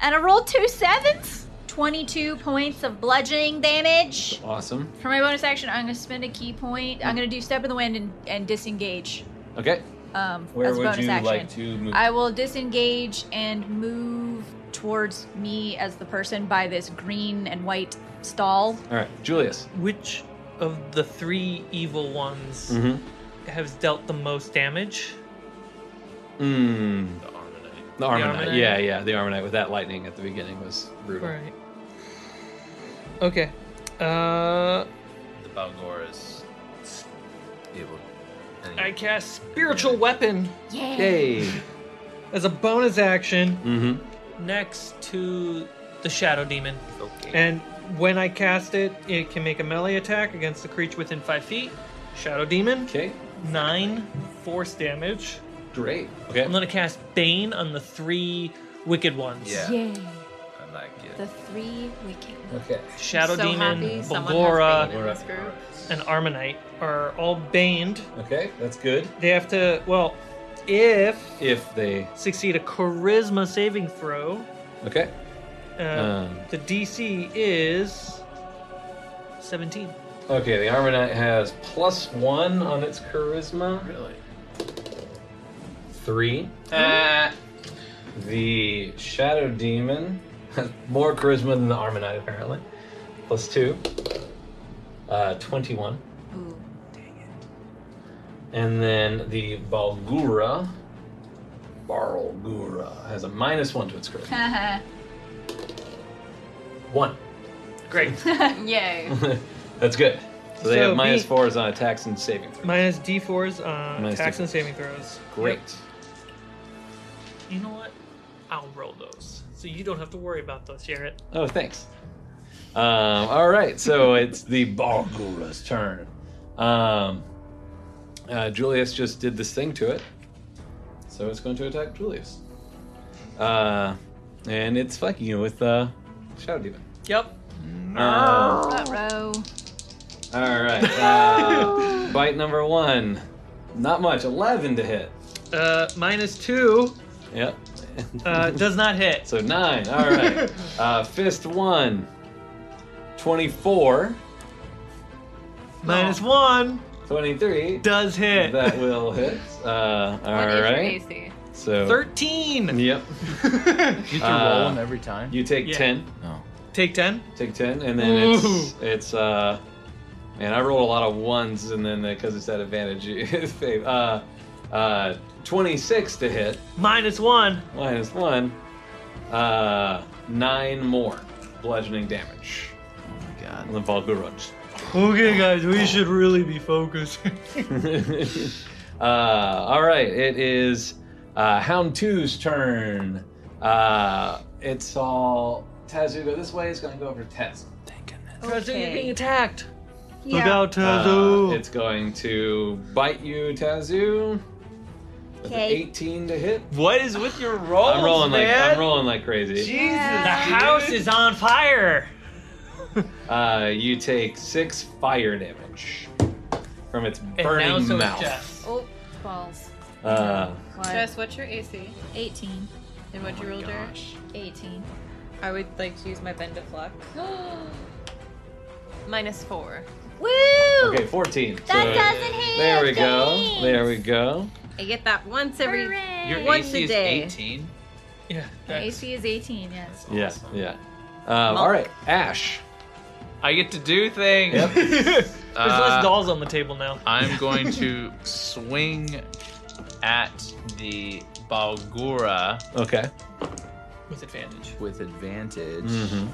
and I rolled two sevens. 22 points of bludgeoning damage. Awesome. For my bonus action, I'm going to spend a key point. I'm going to do step in the wind and, and disengage. Okay. Um, Where as a would bonus you action. like to move? I will disengage and move towards me as the person by this green and white stall. All right, Julius. Which of the three evil ones Mhm. has dealt the most damage? Mm. The Armonite. Armonite? Yeah, yeah. The Armonite with that lightning at the beginning was brutal. Right. Okay. Uh, The Balgor is evil. I cast spiritual weapon. Yeah. Hey. As a bonus action, Mm-hmm. next to the shadow demon. Okay. And when I cast it, it can make a melee attack against the creature within five feet. Shadow demon. Okay. Nine force damage. Great. Okay. I'm gonna cast Bane on the three wicked ones. Yeah. Yay. I like it. The three wicked. Okay. Shadow So happy someone demon, has Bane in Bogora, this group. and Armonite are all baned. Okay, that's good. They have to well, if If they succeed a charisma saving throw. okay, Uh, Um. The DC is 17. okay. The Armonite has plus one on its charisma. Really? Three. Ah. The Shadow Demon has more charisma than the Armonite apparently. Plus two. Uh, twenty-one. Ooh. And then the Balgura, Barlgura, has a minus one to its charisma. One. Great. Yay. That's good. So they So have minus me- fours on attacks and saving throws. Minus D4s on Minus attacks D4s. and saving throws. Great. Yep. You know what? I'll roll those. So you don't have to worry about those, Jarrett. Oh, thanks. Um, all right, so it's the Balgura's turn. Um, uh, Julius just did this thing to it, so it's going to attack Julius. Uh, and it's fucking you with uh, Shadow Demon. Yep. Um, That row. all right. Uh, bite number one. Not much. 11 to hit. Uh, minus two Yep. uh, does not hit. So nine. All right. uh, fist one. 24. Minus one 23. does hit. That will hit. Uh, all right. So Yep. 13. You can Uh, roll them every time. You take Yeah. ten. Take 10. Take ten, and then it's it's uh, man, I rolled a lot of ones, and then because it's at advantage, it's fav- uh, uh, twenty six to hit Minus one. minus one, uh, nine more bludgeoning damage. Oh my god. And the Volgurunch. Okay, guys, we should really be focusing. uh, all right, it is uh, Hound Two's turn. Uh, it's all Tazu go this way. It's gonna go over Tez. Tazu, you're being attacked. Yeah. Look out, Uh, Tazu. it's going to bite you, Tazu. That's an Okay. 18 to hit. What is with your roll? I'm rolling like man? I'm rolling like crazy. Jesus, The house is on fire. Uh, you take six fire damage from its now burning so is mouth. Jess. Oh, balls. Uh, Jess, what's your AC? 18. And what'd you roll, Oh Derek? 18. I would like to use my bend of luck. Minus four. Woo! okay, 14. That So doesn't hit, There we go. There we go. I get that once every Your once AC a is day. 18. Yeah. AC is 18, yes. Yeah, yeah. Um, all right, Ash. I get to do things. There's less Uh, dolls on the table now. I'm going to swing at the Balgura Okay. with advantage. with advantage. Mhm.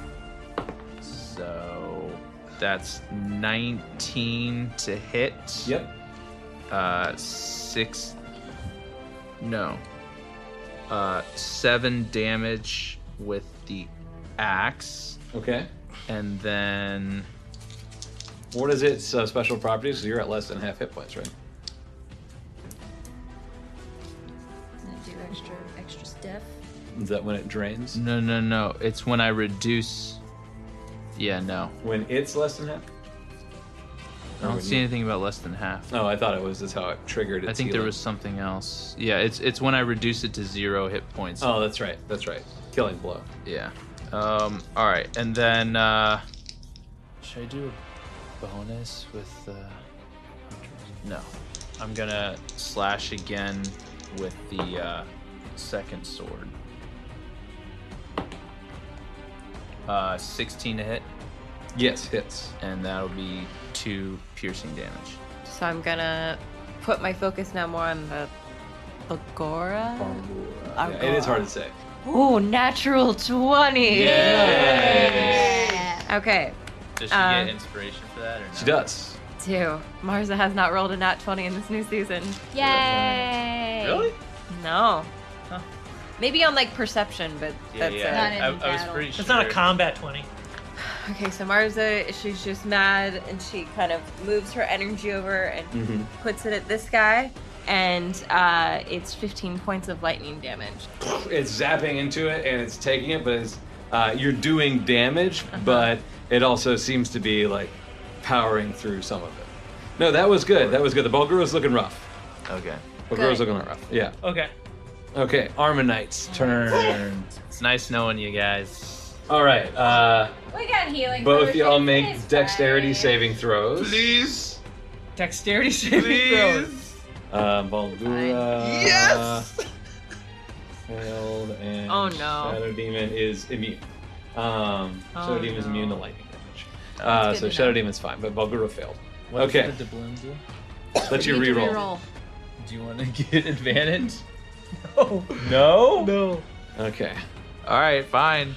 So that's 19 to hit. Yep. Uh, six. No. Uh, seven damage with the axe. Okay. And then. What is its uh, special properties? So you're at less than half hit points, right? Doesn't it do extra, extra stuff? Is that when it drains? No, no, no. It's when I reduce. Yeah, no. When it's less than half? I don't see anything about less than half. Oh, I thought it was. That's how it triggered. Its I think there healing. was something else. Yeah, it's it's when I reduce it to zero hit points. Oh, that's right. That's right. Killing blow. Yeah. Um. All right, and then uh, should I do a bonus with? Uh, no, I'm gonna slash again with the uh, second sword. Uh, 16 to hit, Yes, hits. and that'll be two piercing damage. So I'm gonna put my focus now more on the Agora. Yeah, it is hard to say. Ooh, natural twenty. Yes. Okay. Does she Uh, get inspiration for that or no? She does. Two. Marza has not rolled a nat 20 in this new season. Yay! Really? No. Maybe on like perception, but Yeah, that's yeah. it. I, I was pretty sure. It's not a combat twenty. Okay, so Marza, she's just mad and she kind of moves her energy over and Mm-hmm. Mhm. puts it at this guy, and uh, it's 15 points of lightning damage. It's zapping into it and it's taking it, but it's uh, you're doing damage, Uh-huh. but it also seems to be like powering through some of it. No, that was good. That was good. The Bulgura's looking rough. Okay. Bulgura's Good. looking rough. Yeah. Okay. Okay. Armonite's turn. It's nice knowing you guys. All right. Uh, We got healing. both potions. y'all make It's dexterity saving throws. Please. Dexterity saving throws. Uh, Bulgura. Yes! Failed and Oh, no. Shadow Demon is immune. Um, Oh, Shadow Demon is no. immune to lightning damage. Uh, good so to Shadow Demon's fine, but Bulgura failed. What does okay, The doubloon do? let you need to reroll. reroll. do you want to get advantage? Oh. No. No. Okay. All right, fine.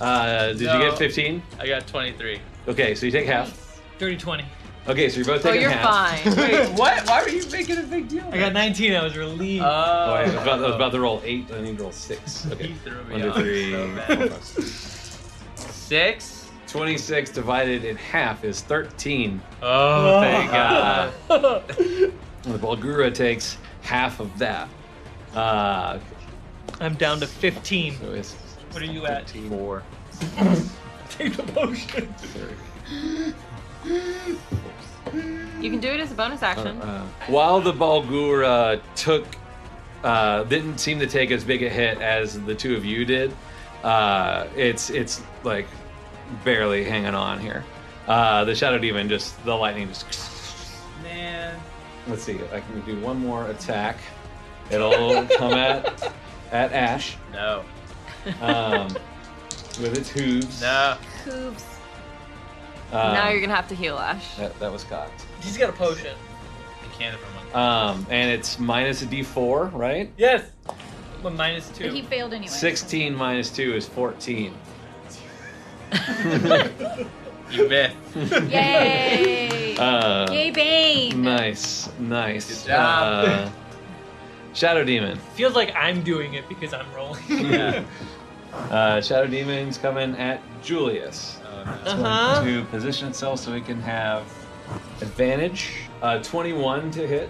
Uh, did you No. get 15? I got 23. Okay, so you take half. Dirty twenty. Okay, so you're both Oh, taking you're half. fine. Wait, what? Why were you making a big deal? I got nineteen. I was relieved. Oh, I was about, I was about to roll eight. I need to roll six. Okay. One, two, three, four, five, six. Six. 26 divided in half is 13. Oh, thank God. The Bulgura takes half of that. Uh, I'm down to fifteen. so it's What are you at? Four. Take the potion. You can do it as a bonus action. Uh, while the Balgura took, uh, didn't seem to take as big a hit as the two of you did, uh, it's it's like barely hanging on here. Uh, the Shadow Demon just the lightning just. Man. Let's see. I can do one more attack. It'll come at at Ash No. um, with its hooves. No. Hooves. Um, now you're gonna have to heal Ash. that, that was cocked. He's got a potion. I can't if I'm Um, and it's minus a d4, right? Yes. Well, minus But he two. failed anyway. 16 minus 2 is 14. on. You bet. Yay! Uh, Yay, Bane! Nice, nice. Good job. Uh, Shadow Demon. Feels like I'm doing it because I'm rolling. Uh, Shadow Demon's coming at Julius. It's going Uh-huh. to position itself so it can have advantage. Uh, 21 to hit.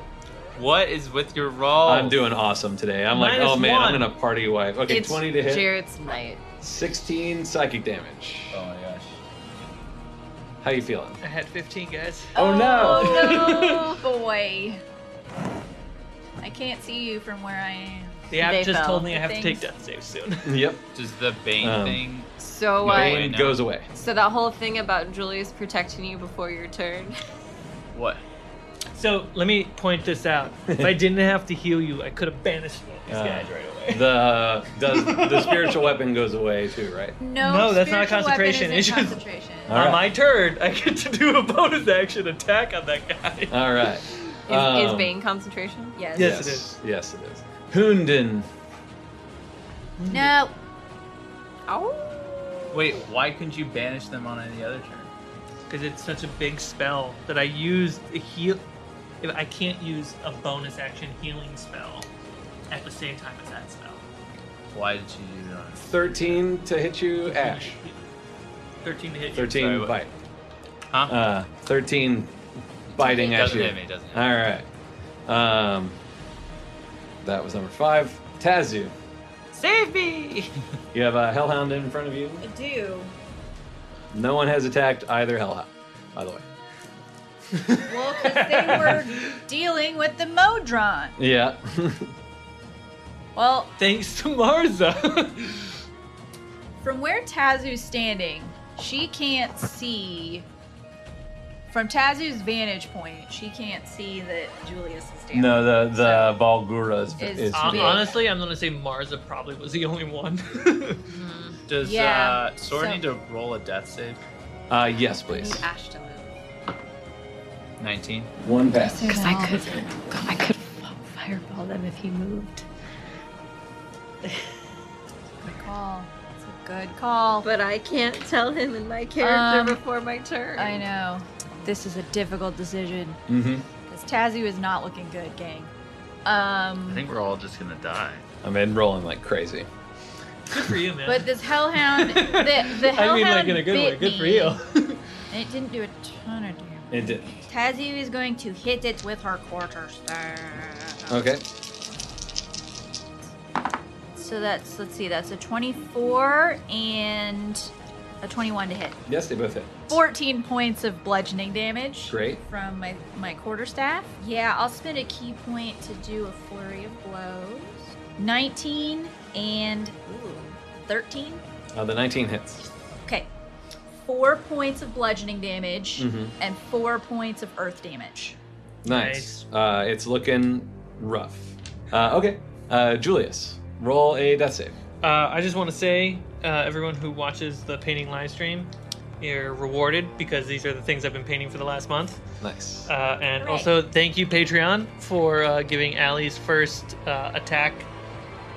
What is with your roll? I'm doing awesome today. I'm like, Minus oh man, one. I'm gonna party wife. Okay, it's 20 to hit. Jared's night. 16 psychic damage. Oh my gosh. How you feeling? I had 15, guys. Oh, no. Oh no, boy. I can't see you from where I am. The app They just fell. told me I have Thanks. to take death saves soon. Yep. Does the Bane Um, thing? So No, I. Bane goes away. So that whole thing about Julius protecting you before your turn. What? So let me point this out. If I didn't have to heal you, I could have banished these Uh, guys right away. The does the spiritual weapon goes away too, right? No, No, that's not spiritual concentration. weapon It's Isn't just- concentration. All on right. my turn, I get to do a bonus action attack on that guy. All right. Is, Um, is Bane concentration? Yes. Yes, it is. Yes, it is. Hunden. No. Oh. Wait, why couldn't you banish them on any other turn? Because it's such a big spell that I used a heal. if I can't use a bonus action healing spell at the same time as that spell. Why did you do that? 13 to hit you, Ash. 13 to hit you. 13 Sorry, what- bite. Huh? Uh, 13 biting at Doesn't you. hit me, doesn't hit All right. Um, that was number five. Tazu, Save me! you have a hellhound in front of you. I do. No one has attacked either hellhound, by the way. Well, because they were dealing with the Modron. Yeah. Well, Thanks to Marza. from where Tazu's standing, she can't see. From Tazu's vantage point, she can't see that Julius is standing. no, the the Balgura is, Is is Hon- big. honestly, I'm gonna say Marza probably was the only one. Does Yeah, uh, Sora so- need to roll a death save? Uh, yes, I need please. Ash to move. 19. One pass. Because I could, I could fireball them if he moved. Good call. That's a good call. But I can't tell him in my character Um, before my turn. I know. This is a difficult decision. Mm-hmm. Because Tazu is not looking good, gang. I Um, think we're all just gonna die. I'm in rolling like crazy. Good for you, man. but this hellhound, the, the hellhound I mean, like in a good way. bit Good for me, you. and it didn't do a ton of damage. It did. Tazu is going to hit it with her quarterstaff. Okay. So that's let's see, that's a 24 and a 21 to hit. Yes, they both hit. 14 points of bludgeoning damage. Great. From my my quarterstaff. Yeah, I'll spend a key point to do a flurry of blows. 19 and ooh, 13. Uh, the 19 hits. Okay. Four points of bludgeoning damage Mm-hmm. Mhm. and four points of earth damage. Nice. Uh, it's looking rough. Uh, okay. Uh, Julius, roll a death save. Uh, I just want to say, uh, everyone who watches the painting live stream, you're rewarded because these are the things I've been painting for the last month. Nice. Uh, and Hooray. also, thank you, Patreon, for uh, giving Allie's first uh, attack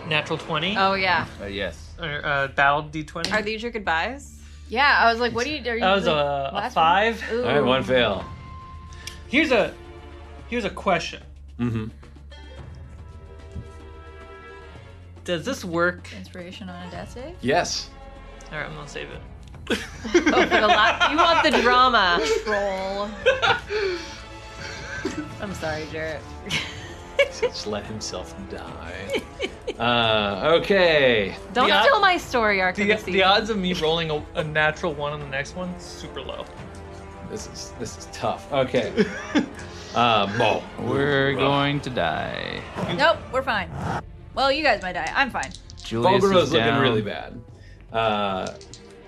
natural 20 Oh yeah. Uh, yes. or uh, battle d20. Are these your goodbyes? Yeah, I was like, what do you are you that was the a, a last one? five. Ooh. All right, one fail. Here's a here's a question. Mm-hmm. Does this work? Inspiration on a death save? Yes. All right, I'm gonna save it. Oh, for the la- you want the drama. Roll. I'm sorry, Jared. Just let himself die. Uh, okay. Don't The- steal my story arc of The, the the season. odds of me rolling a, a natural one on the next one super low. This is this is tough. Okay. Uh, Mo. We're going to die. Nope, we're fine. Well, you guys might die. I'm fine. Julius Bulgaro's is looking down. really bad. Uh,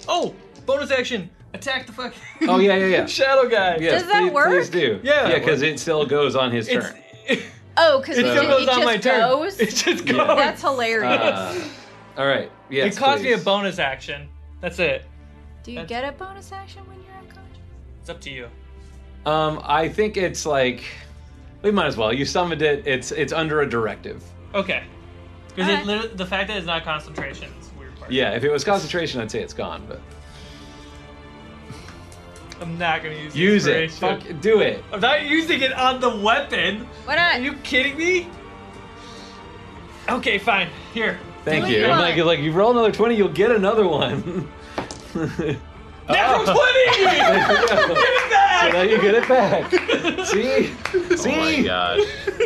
Oh, bonus action! Attack the fucking oh yeah, yeah, yeah. shadow guy. Yeah, Does that please, work? Please do. Yeah. Yeah, because it still goes on his It's- turn. Oh, because It it, So- still just- goes it on just my turn. goes? It just Yeah. goes. That's hilarious. Uh, all right. Yes. it cost me a please. bonus action. That's it. Do you that's- get a bonus action when you're unconscious? It's up to you. Um, I think it's like we might as well. You summoned it. It's it's under a directive. Okay. Because Alright. the fact that it's not concentration is the weird part. Yeah. If it was concentration, I'd say it's gone. But I'm not gonna use use it. inspiration. Fuck. Do it. I'm not using it on the weapon. Why Are not? you kidding me? Okay, fine. Here. Thank what you. you I'm want. like, like you roll another twenty, you'll get another one. Natural 20! There you go. So now you get it back. See? See? Oh my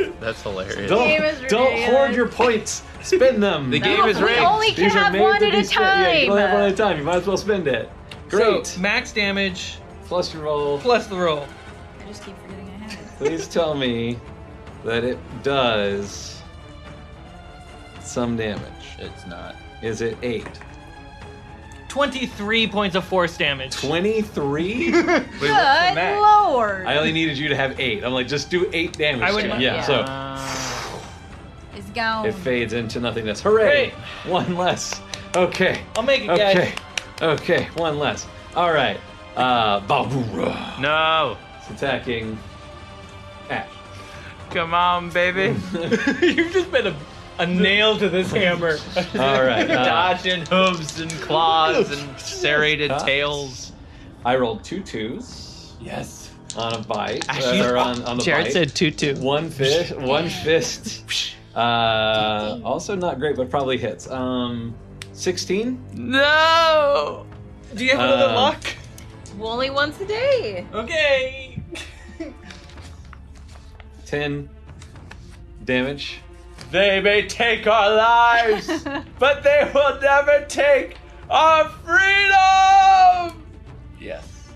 god, that's hilarious. Don't, game is don't ridiculous. hoard your points. Spend them. The game is Oh, We rigged. only can These are have made one to at be a spent. Yeah, you can only have time. one at a time. You might as well spend it. So, Great. max damage Plus your roll. plus the roll. I just keep forgetting I have it. Please tell me that it does some damage. It's not. Is it eight? 23 points of force damage. 23? Wait, Good lord. I only needed you to have eight. I'm like, just do eight damage. I would- to it. yeah. Yeah, so Uh, It's gone. it fades into nothingness. Hooray! One less. Okay. I'll make it, guys. Okay. Okay. One less. All right. Uh, Babura. No, It's attacking Ash. come on, baby. You've just been a, a nail to this hammer. All right. Uh, Dodging hooves and claws and serrated tails. I rolled two twos yes. on a bite. Ash, uh, you- or on, on the Jared bite. said 2 2. one fist. One fist. Uh, also not great, but probably hits. Um, sixteen. No. Do you have another Uh, luck? Only once a day. Okay. 10 damage. They may take our lives, but they will never take our freedom. Yes.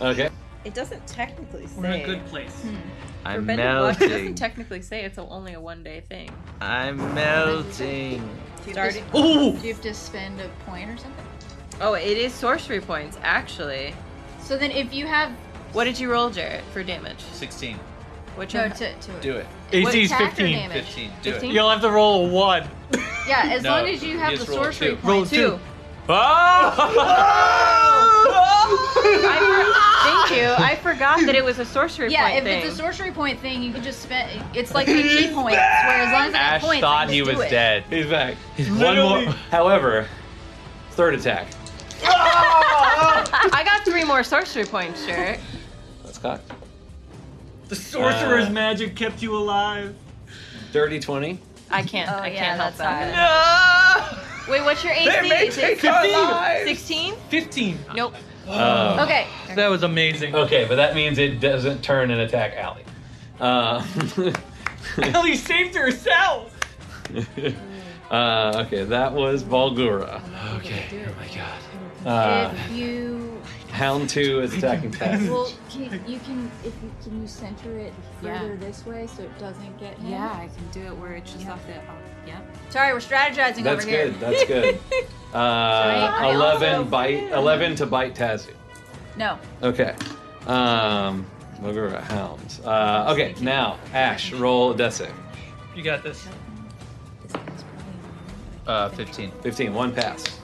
Okay. It doesn't technically say. We're in a good place. I'm Forbidden Blush doesn't melting. technically say it's a, only a one day thing. I'm melting. Do you, Starting. just- Hmm. Ooh. do you have to spend a point or something? Oh, it is sorcery points, actually. So then if you have What did you roll, Jarrett, for damage? 16. What's your no to, to Do it. What 18 is attack or 15. damage? 15. Do it. 15? You'll have to roll a 1. Yeah, as No, long as you have just the roll a sorcery two. point. Roll a two? I for- thank you. I forgot that it was a sorcery Yeah, point if thing. it's a sorcery point thing, you can just spend. It's like the key points, where as long as I have Ash points, I thought can he do was it. dead. He's back. One Literally- more. However, third attack. Oh, I got three more sorcery points, Jarrett. That's cocked. The sorcerer's Uh, magic kept you alive. Dirty 20. I can't. Oh, I can't yeah, help that's that. No! Wait, what's your AC? They may Is it take our lives! 16? 15. Nope. Um, Okay. That was amazing. okay, but that means it doesn't turn and attack Allie. Uh, Ellie saved herself. uh, okay, that was Valgura. Okay. Oh my god. Uh, if you Hound 2 is attacking Tess. Well, can, you can if you can you center it further Yeah. this way so it doesn't get him. Yeah, I can do it where it's just off the. Oh, yep. sorry, we're strategizing That's over here. good. That's good. Uh, I also- 11 bite. 11 to bite Tazu. No, Okay. Um, look at hound. Uh, okay, now Ash, roll a death save. You got this. Uh, 15. 15, one pass.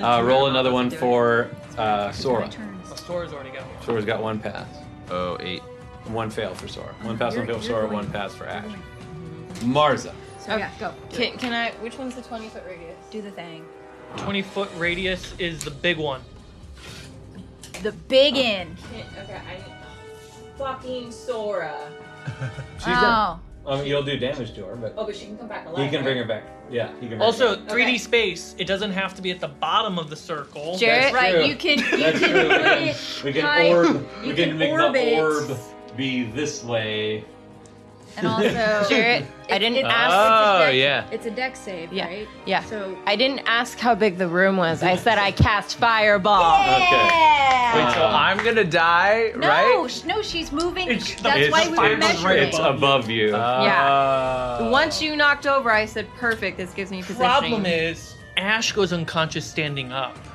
Uh, roll another one for uh, Sora. Oh, Sora's already got one. Sora's got one pass. Oh, 8. One fail for Sora. One pass, one fail for Sora. One pass for Ash. Marza. So yeah, go do, it. Can, can I? Which one's the 20 foot radius? do the thing. 20 foot radius is the big one. The big end. Okay, I. Fucking Sora. She's up. Oh, Um, you'll do damage to her, but Oh, but she can come back alive. you can bring her back. Yeah, you can. Bring her Also, back. 3D space, it doesn't have to be at the bottom of the circle. Jared- That's right. true. You can. You That's can true. put We it. We high- can orb. We you can, can make orbit. the orb be this way. And also, Jarrett, I didn't It's- ask. it's a Oh, dex- yeah. It's a deck save, Yeah. right? Yeah. So. I didn't ask how big the room was. I said I cast fireball. Okay. Yeah. Wait, so Uh, I'm gonna die, No, right? sh- no, she's moving. It's- That's It's- why we were it's- measuring. It's above you. Uh, yeah. Uh, Once you knocked over, I said perfect. This gives me The positioning. problem is, Ash goes unconscious standing up.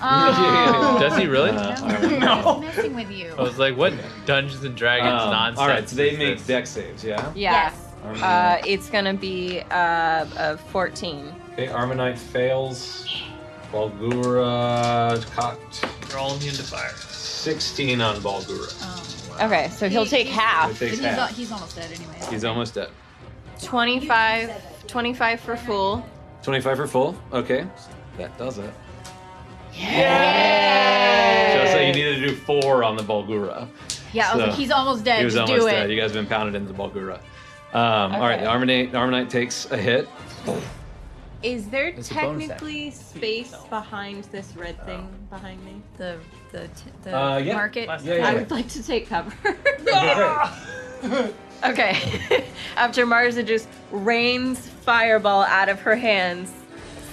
Oh. Does he Oh. really? Uh, all right. No, he's messing with you. I was like, what Dungeons and Dragons Um, nonsense? All right, so they is make this? deck saves, yeah? Yeah. Yes. Uh, it's gonna be uh, a 14. Okay, Armonite fails. Balgura cocked They're all immune to fire. 16 on Balgura. Oh. Okay, so he'll take Ah. It half. takes He's, al- half. he's almost dead anyway. He's almost dead. 25, 25 for full. 25 for full. Okay. That does it. Yeah. So, so you needed to do four on the Balgura. Yeah, I was So, like, he's almost dead. He was Just almost do dead. it. You guys have been pounded into the Balgura. Um, All right, the Okay. Armonite, Armonite takes a hit. Is there It's a bonus technically space behind this red thing behind me? The the t- the Uh, yeah. market. Yeah, yeah, I yeah. would like to take cover. Oh. Okay. After Marza just rains fireball out of her hands,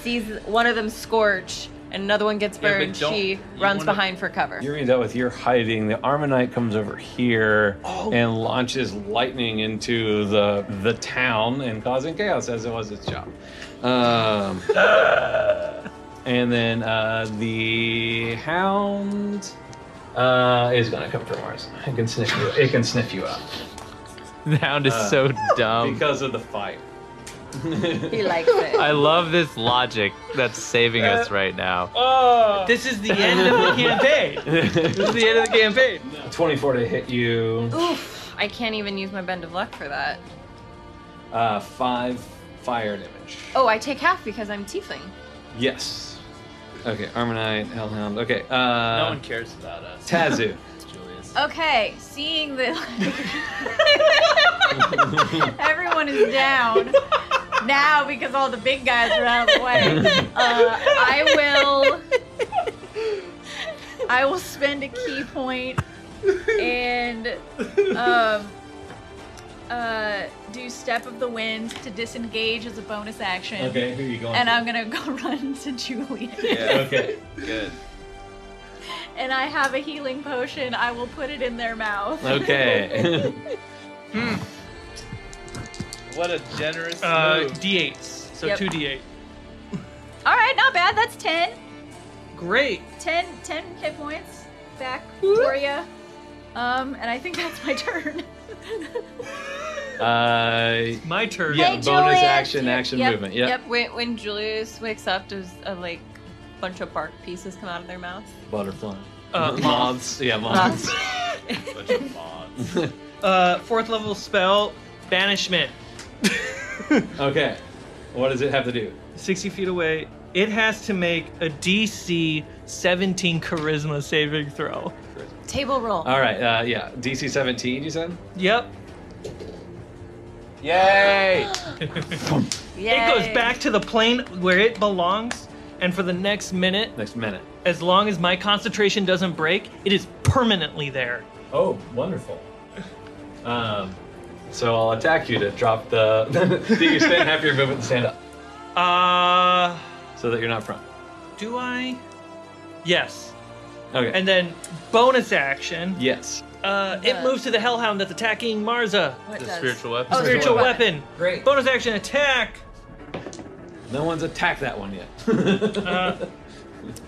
sees one of them scorch, and another one gets Yeah, but burned. don't- she you runs wanna- behind for cover. You read that with your hiding. The Armonite comes over here and launches lightning into the the town and causing chaos as it was its job. Um, and then uh, the hound uh, is going to come for Mars. It can sniff you. It can sniff you out. The hound is Uh, so dumb. because of the fight. he likes it. I love this logic that's saving Uh, us right now. Oh. This is the end of the campaign. this is the end of the campaign. 24 to hit you. Oof! I can't even use my bend of luck for that. Uh, five fire damage. Oh, I take half because I'm tiefling. Yes. Okay, Armonite, Hellhound. Okay. Uh, no one cares about us. Tazu. Okay, seeing that everyone is down now because all the big guys are out of the way, uh, I will. I will spend a key point and um, uh, do step of the wind to disengage as a bonus action. Okay, who are you going And for? I'm gonna go run to Julian. okay. Good. and I have a healing potion. I will put it in their mouth. Okay. What a generous Uh, move. D8s. So Yep. two D8. All right, not bad. That's 10. Great. 10, 10 hit points back for you. Um, and I think that's my turn. Uh, my turn. Yeah, Hey, bonus Julius! action, action movement. Yep. When, when Julius wakes up, does a like bunch of bark pieces come out of their mouth? Butterfly. Uh, moths. Yeah, moths. Uh, fourth level spell, banishment. okay. What does it have to do? 60 feet away. It has to make a DC 17 charisma saving throw. Table roll. All right. Uh, yeah. DC 17, you said? Yep. Yay! It goes back to the plane where it belongs, and for the next minute, Next minute. as long as my concentration doesn't break, it is permanently there. Oh, wonderful. Um, so I'll attack you to drop the. Do you spend half your movement to stand up? Uh, So that you're not front. do I? Yes. Okay. And then bonus action. yes. Uh, it moves to the hellhound that's attacking Marza. What The does? spiritual weapon. Oh, The spiritual Spiritual weapon. Oh, weapon. Great. Bonus action attack. No one's attacked that one yet. Uh,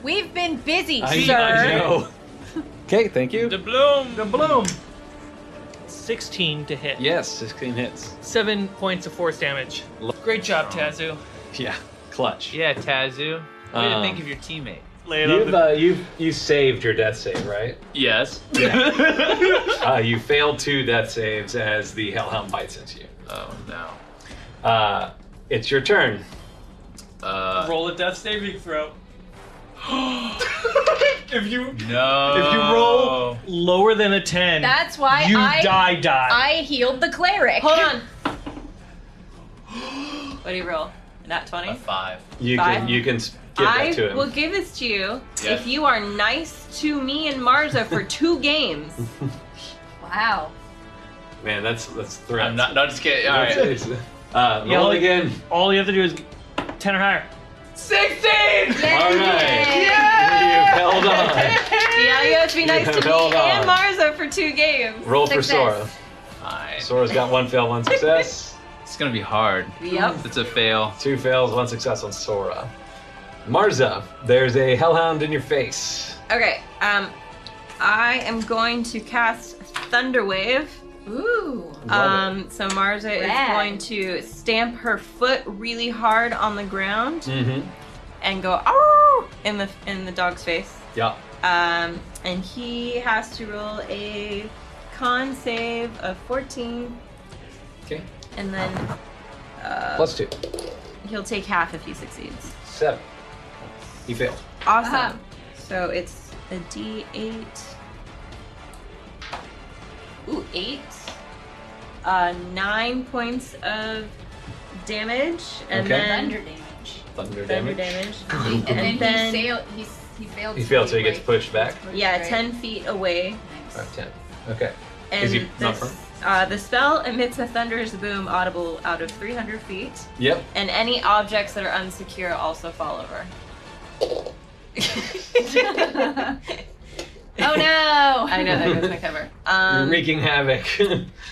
We've been busy, I, sir. I know. Okay, thank you. The bloom. The bloom. 16 to hit. Yes, 16 hits. Seven points of force damage. Lo- Great job, Tazu. Yeah, clutch. Oh. Yeah, Tazu. Way to Um, think of your teammate. Lay You've, uh, you've you saved your death save, right? Yes. uh, you failed two death saves as the hellhound bites into you. Oh no. Uh, it's your turn. Uh, Roll a death saving throw. if you no. if you roll lower than a 10, That's why you I die die. I healed the cleric. Hold on. what do you roll? Not twenty. five. You Five. can you can s- give I that to him. will give this to you Yeah. if you are nice to me and Marza for two games. wow. Man, that's that's threat. I'm not. No, just kidding. All That's- right. it's- Uh, Yeah, roll all- again. All you have to do is 10 or higher. 16! All right. You've held on. Yeah, you have to be You nice have to me held on. and Marza for two games. Roll for Sora. Fine. Sora's got one fail, one success. It's gonna be hard. Yep. It's a fail. Two fails, one success on Sora. Marza, there's a hellhound in your face. Okay, um, I am going to cast Thunder Wave. Ooh. Um, so Marza Rad. is going to stamp her foot really hard on the ground Mm-hmm. and go "Ow!" in the in the dog's face. Yeah. Um, and he has to roll a con save of 14. Okay. And then uh, Plus two. he'll take half if he succeeds. Seven. He failed. Awesome. So it's a d8. Ooh, eight. Uh, nine points of damage, and Okay. then damage. Thunder, Thunder damage. damage. And then, And then- he sailed. He's, he failed. He to failed, so he break gets pushed back. Yeah, Right. ten feet away. Five, ten. Okay. And Is he not this- front? Uh, the spell emits a thunderous boom audible out of 300 feet, Yep. and any objects that are unsecure also fall over. Oh no! I know that goes my cover. You're Um, wreaking havoc.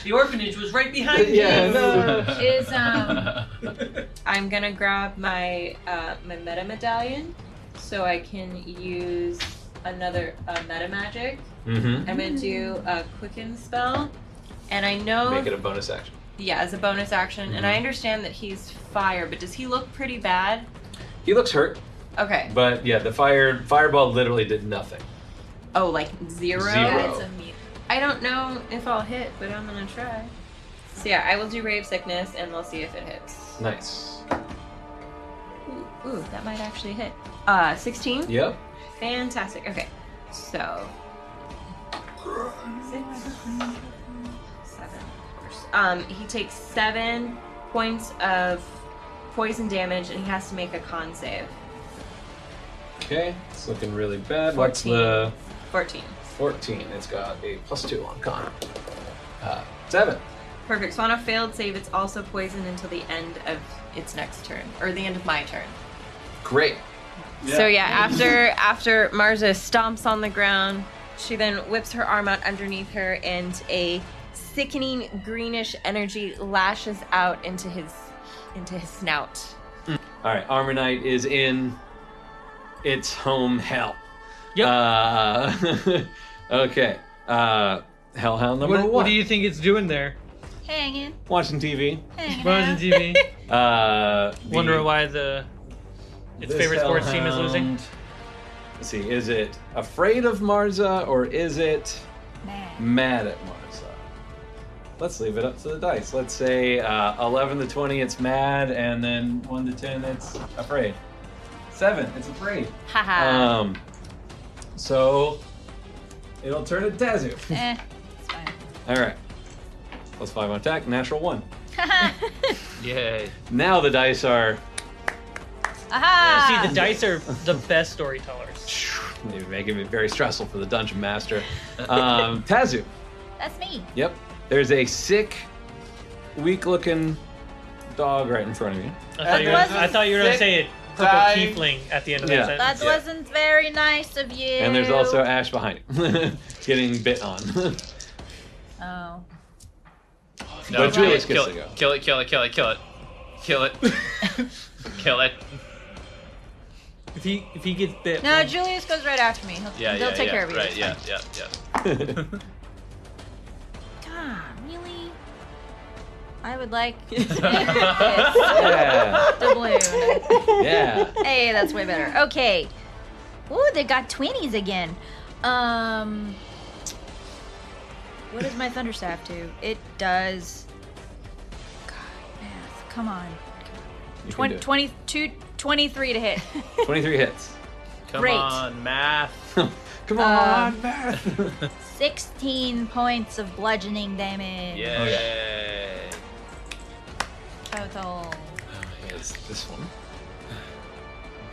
The orphanage was right behind Yeah, you. no. Is, um, I'm gonna grab my uh, my meta medallion so I can use another uh, meta magic. Mhm. I'm gonna do a quicken spell, and I know Make it a Mm-hmm. bonus action. yeah as a bonus action. And I understand that he's fire, but does he look pretty bad? He looks hurt, Okay. but yeah, the fire fireball literally did nothing. Oh, like zero. Zero. Yeah, it's a I don't know if I'll hit, but I'm gonna try. So yeah, I will do rave sickness, and we'll see if it hits. Nice. Ooh, ooh that might actually hit. Uh, 16. Yep. Fantastic. Okay, so seven. Um, he takes seven points of poison damage, and he has to make a con save. Okay, it's looking really bad. What's the 14. 14? It's got a plus two on con. Uh, seven. Perfect. So on a failed save, it's also poisoned until the end of its next turn, or the end of my turn. Great. So yeah, after after Marza stomps on the ground, she then whips her arm out underneath her, and a sickening greenish energy lashes out into his into his snout. All right, Armor Knight is in its home hell. Yep. Uh, okay. Uh, Hellhound number What, one. what do you think it's doing there? Hanging, Watching TV. hanging. Rose out. TV. Uh, Wonder why the its this favorite sports team is losing. hellhound- Let's see. Is it afraid of Marza or is it Mad. mad at Marza? Let's leave it up to the dice. Let's say uh, 11 to 20, it's mad, and then 1 to 10, it's afraid. 7, it's afraid. Haha. Um, so it'll turn to Tazu. Eh, it's fine. All right. Plus 5 on attack, natural 1. Yay. Now the dice are Aha! See, the dice are the best storytellers. they're making it very stressful for the dungeon master. Um, Tazu. That's me. Yep. There's a sick, weak looking dog right in front of you. I thought, you were, wasn't I thought you were gonna sick say it. Purple time. tiefling at the end of Yeah. that That sentence. Yeah. wasn't very nice of you. And there's also Ash behind him, getting bit on. Oh. But Julius kill gets to it, go. kill it, kill it, kill it, kill it, kill it, kill it. If he if he gets bit, No, Julius goes right after me. He'll, Yeah, they'll yeah, take yeah, care of you. right, yeah, yeah, yeah. God, really? I would like yeah. doubloon. Yeah. Hey, that's way better. Okay. Ooh, they got twenties again. Um, what does my thunder staff do? It does. God, math. Come on. You can do 20, it. 22, 23 to hit. 23 hits. Come Great. on, math. Come on, math. 16 points of bludgeoning damage. Yay. Total. Here's this one.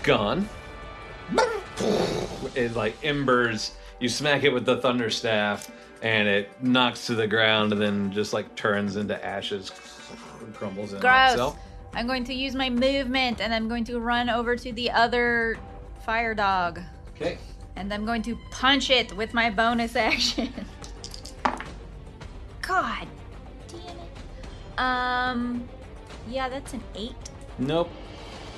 Gone. It like embers. You smack it with the thunder staff, and it knocks to the ground, and then just like turns into ashes, and crumbles in on Gross. itself. I'm going to use my movement and I'm going to run over to the other fire dog. Okay. And I'm going to punch it with my bonus action. God damn it. Um, yeah, that's an eight. Nope.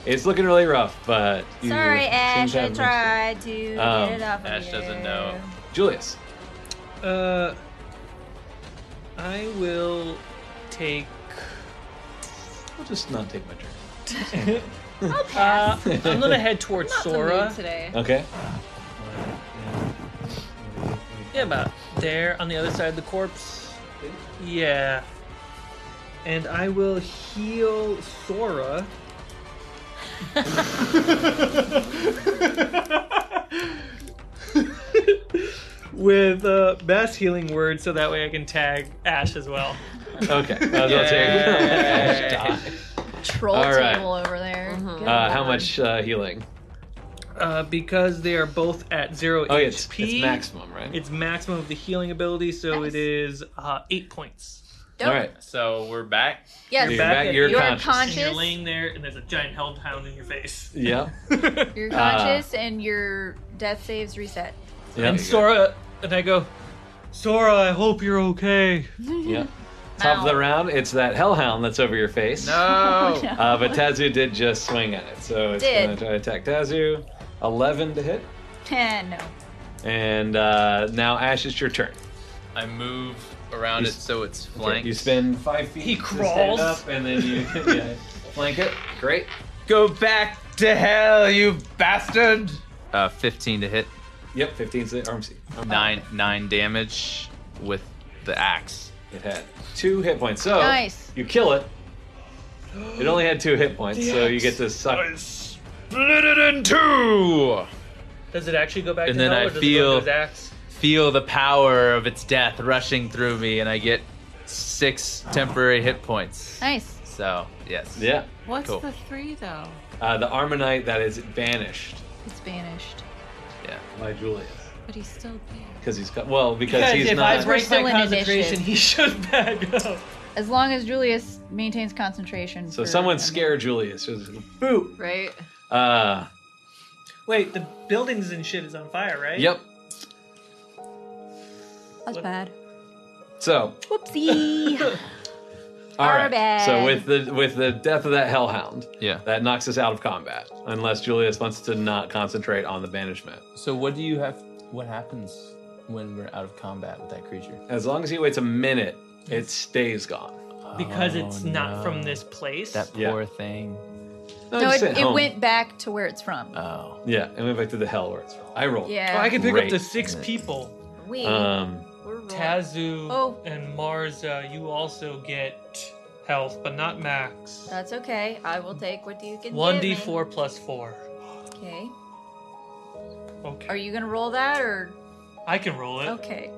It's looking really rough, but you Sorry, seem to Ash. I have mercy. tried to Um, get it off. of Ash doesn't you. know. Julius. Uh, I will take. I'll just not take my turn. Uh, I'm gonna head towards Sora Sora. today. Okay. Yeah, about there on the other side of the corpse. Yeah. And I will heal Sora. With uh, mass healing word, so that way I can tag Ash as well. Okay. I was about to say- Yay. Ash die. Troll Uh, All right. table over there. Uh, how much uh, healing? Uh, because they are both at zero Oh, HP. yeah, it's- it's maximum, right? It's maximum of the healing ability, so it is uh, eight points. Dope. All right. So we're back. Yes. You're back, at you're eight. conscious. And you're conscious. laying there, and there's a giant hellhound in your face. Yeah. You're Uh, conscious and your death saves reset. And Sora, and I go, Sora, I hope you're okay. Yeah. Top of the round, it's that hellhound that's over your face. No. Oh, Oh, no. Uh, but Tazu did just swing at it, so it's Did. going to try to attack Tazu. Eleven to hit, Eh, no. and uh, now Ash, it's your turn. I move around You it s- so it's Okay, flanked. you spin five feet. He to Stand crawls. up, and then you yeah, flank it. Great. Go back to hell, you bastard! Uh, 15 to hit. Yep, 15 to oh, arm C. Nine, Oh. nine damage with the axe. It had two hit points. So Nice. you kill it. It only had two hit points, The so you get to suck. Split it in two. Does it actually go back and to then hell, I or does it feel go to his axe? feel the power of its death rushing through me, and I get six temporary hit points. Nice. So yes. Yeah. What's Cool. the three though? Uh, the Armonite that is banished It's banished, Yeah. by Julius. but he's still there. Because he's cut. Well, because he's if not. I break still my in concentration, initiative. he should back up. As long as Julius maintains concentration. so for- someone scare Julius. Just boo. Right. Uh, Wait, the buildings and shit is on fire, right? yep. That's bad. So Whoopsie. all Our right. bad. So with the with the death of that Hellhound, Yeah. that knocks us out of combat unless Julius wants to not concentrate on the banishment. So what do you have? What happens when we're out of combat with that creature? As long as he waits a minute, it stays gone. Because it's Oh, not no. from this place. That Yeah. poor thing. No, no, just it, at it home. Uh, went back to where it's from. Oh. Yeah, it went back to the hell where it's from. I rolled. Yeah. Oh, I can pick Great. up to six people. we. Um, we're rolling. Tazu Oh. and Marza, you also get health, but not max. That's okay. I will take what you can One give me. d four plus four. Okay. Okay. Are you gonna roll that or? I can roll it. Okay.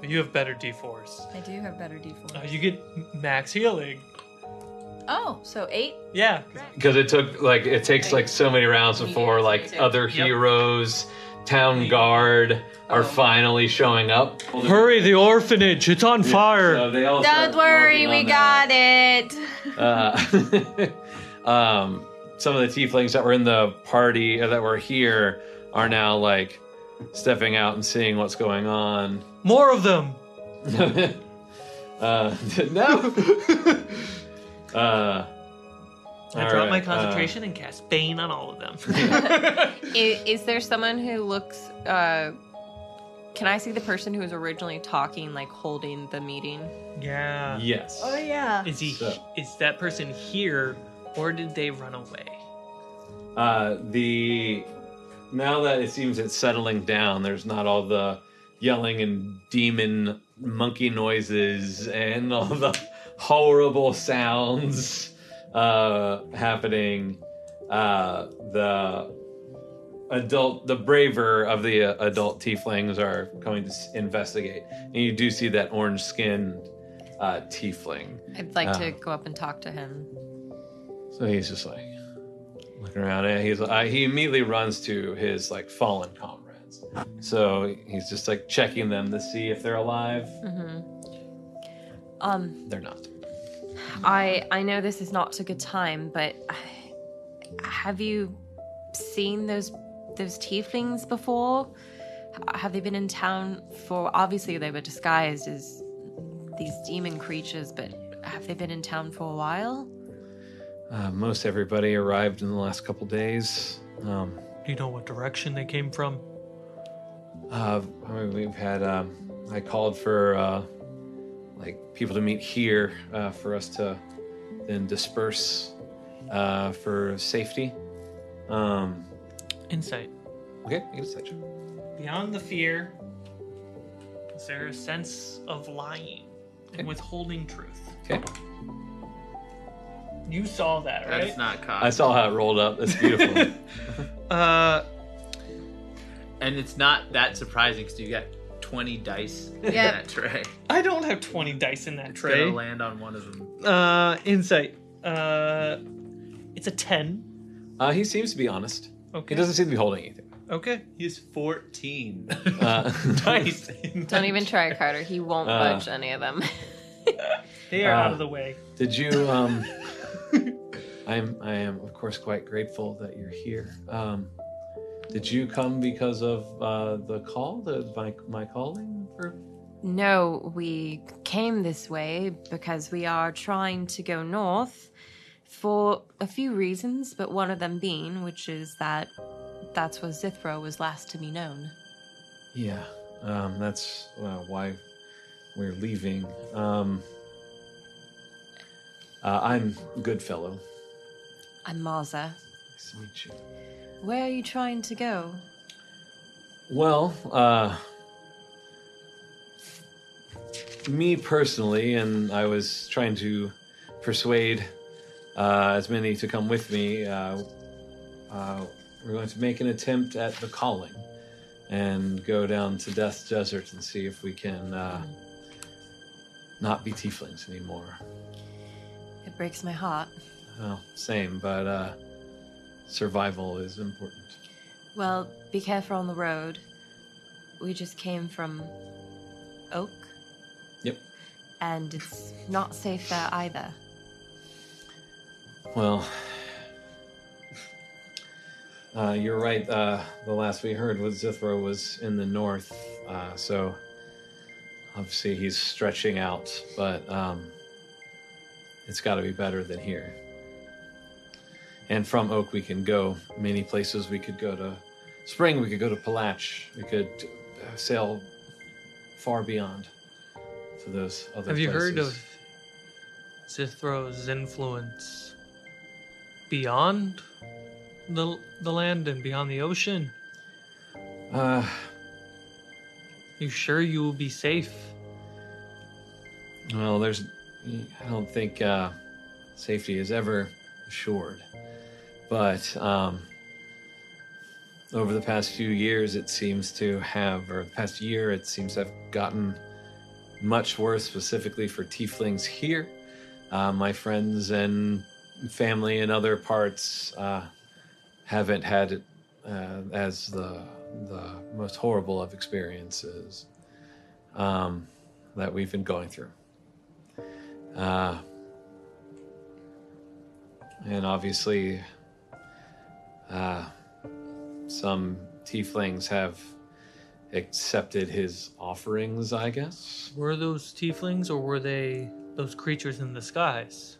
But You have better d4s. I do have better d4. Uh, you get m- max healing. Oh, so eight. Yeah. because it took like it takes like so many rounds before like other heroes town guard Oh. are finally showing up Hurry, the orphanage! It's on fire! so they all Don't start worry, working we on got that. it. uh, um, some of the tieflings that were in the party or that were here are now like stepping out and seeing what's going on More of them! uh, no uh, I all drop my right, uh, concentration and cast Bane on all of them. is, is there someone who looks? Uh, can I see the person who was originally talking, like holding the meeting? yeah. Yes. Oh yeah. Is he? So- Is that person here, or did they run away? Uh, the now that it seems it's settling down, there's not all the yelling and demon monkey noises and all the horrible sounds uh, happening. Uh, the adult, the braver of the uh, adult tieflings are going to s- investigate, and you do see that orange-skinned uh, tiefling. I'd like Uh. to go up and talk to him. So he's just like looking around, and he's uh, he immediately runs to his like fallen comrades. So he's just like checking them to see if they're alive. hmm Um. They're not. I I know this is not a good time, but have you seen those those tieflings before? H- Have they been in town for? Obviously, they were disguised as these demon creatures, but have they been in town for a while? Uh, most everybody arrived in the last couple days. Um, Do you know what direction they came from? uh, I mean, we've had um, I called for uh, like people to meet here uh, for us to then disperse uh, for safety. Um, Insight. okay, you can touch. Beyond the fear, is there a sense of lying and withholding truth? Okay. You saw that, right? That's not caught. I saw how it rolled up. That's beautiful. Uh, and it's not that surprising because you got 20 dice in Yeah. that tray. I don't have twenty dice in that It's tray. gonna land on one of them. Uh, insight. Uh, It's a 10. Uh, he seems to be honest. Okay. He doesn't seem to be holding anything. Okay. He's 14. Uh, nice. Don't even try, Carter. He won't Uh. budge any of them. They are out of Uh, the way. Did you? Um, I am. I am, of course, quite grateful that you're here. Um, did you come because of uh, the call, the my my calling? For No, we came this way because we are trying to go north for a few reasons, but one of them being, which is that that's where Zithro was last to be known. yeah, um, that's uh, why we're leaving. Um, uh, I'm Goodfellow. I'm Marza. Nice to meet you. Where are you trying to go? Well, uh, me personally, and I was trying to persuade uh, as many to come with me. Uh, uh, we're going to make an attempt at the calling and go down to Death's Desert and see if we can uh, not be tieflings anymore. It breaks my heart. Well, same, but uh, survival is important. Well, be careful on the road. We just came from Oak. Yep. And it's not safe there either. Well, uh, you're right. Uh, the last we heard was Zithro was in the north, uh, so obviously he's stretching out, but um, it's got to be better than here. And from Oak, we can go many places. We could go to Spring, we could go to Palach, we could uh, sail far beyond to those other Have you heard places. of Zithro's influence beyond the the land and beyond the ocean? Uh, you sure you will be safe? Well, there's. I don't think uh, safety is ever assured. But um, over the past few years, it seems to have, or the past year, it seems to have gotten much worse, specifically for tieflings here. Uh, my friends and family in other parts uh, haven't had it uh, as the, the most horrible of experiences um, that we've been going through. Uh, and obviously, uh, some tieflings have accepted his offerings, I guess. Were those tieflings or were they those creatures in the skies?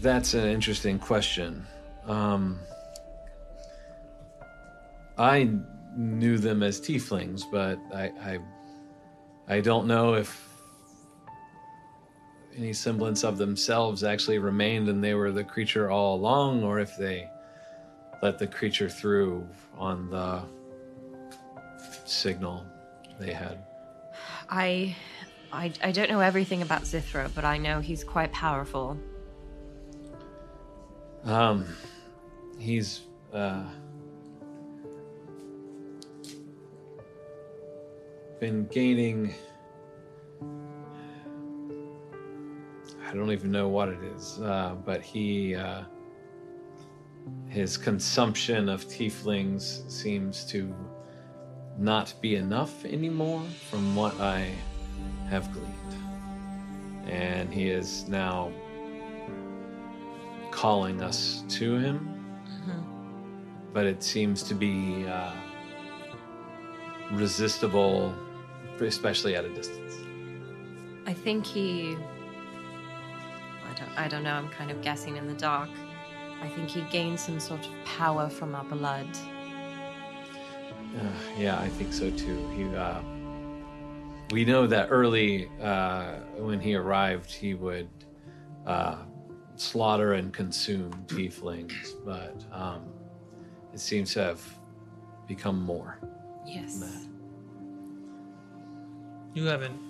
That's an interesting question. Um, I knew them as tieflings, but I, I, I don't know if any semblance of themselves actually remained and they were the creature all along, or if they let the creature through on the signal they had. I, I, I don't know everything about Zithro, but I know he's quite powerful. Um, he's uh, been gaining. I don't even know what it is, uh, but he uh, his consumption of tieflings seems to not be enough anymore, from what I have gleaned, and he is now calling us to him, but it seems to be uh, resistible, especially at a distance. I think he. I don't, I don't know, I'm kind of guessing in the dark. I think he gained some sort of power from our blood. Uh, yeah, I think so too. He, uh, we know that early uh, when he arrived, he would uh, slaughter and consume tieflings, but um, it seems to have become more. Yes. You haven't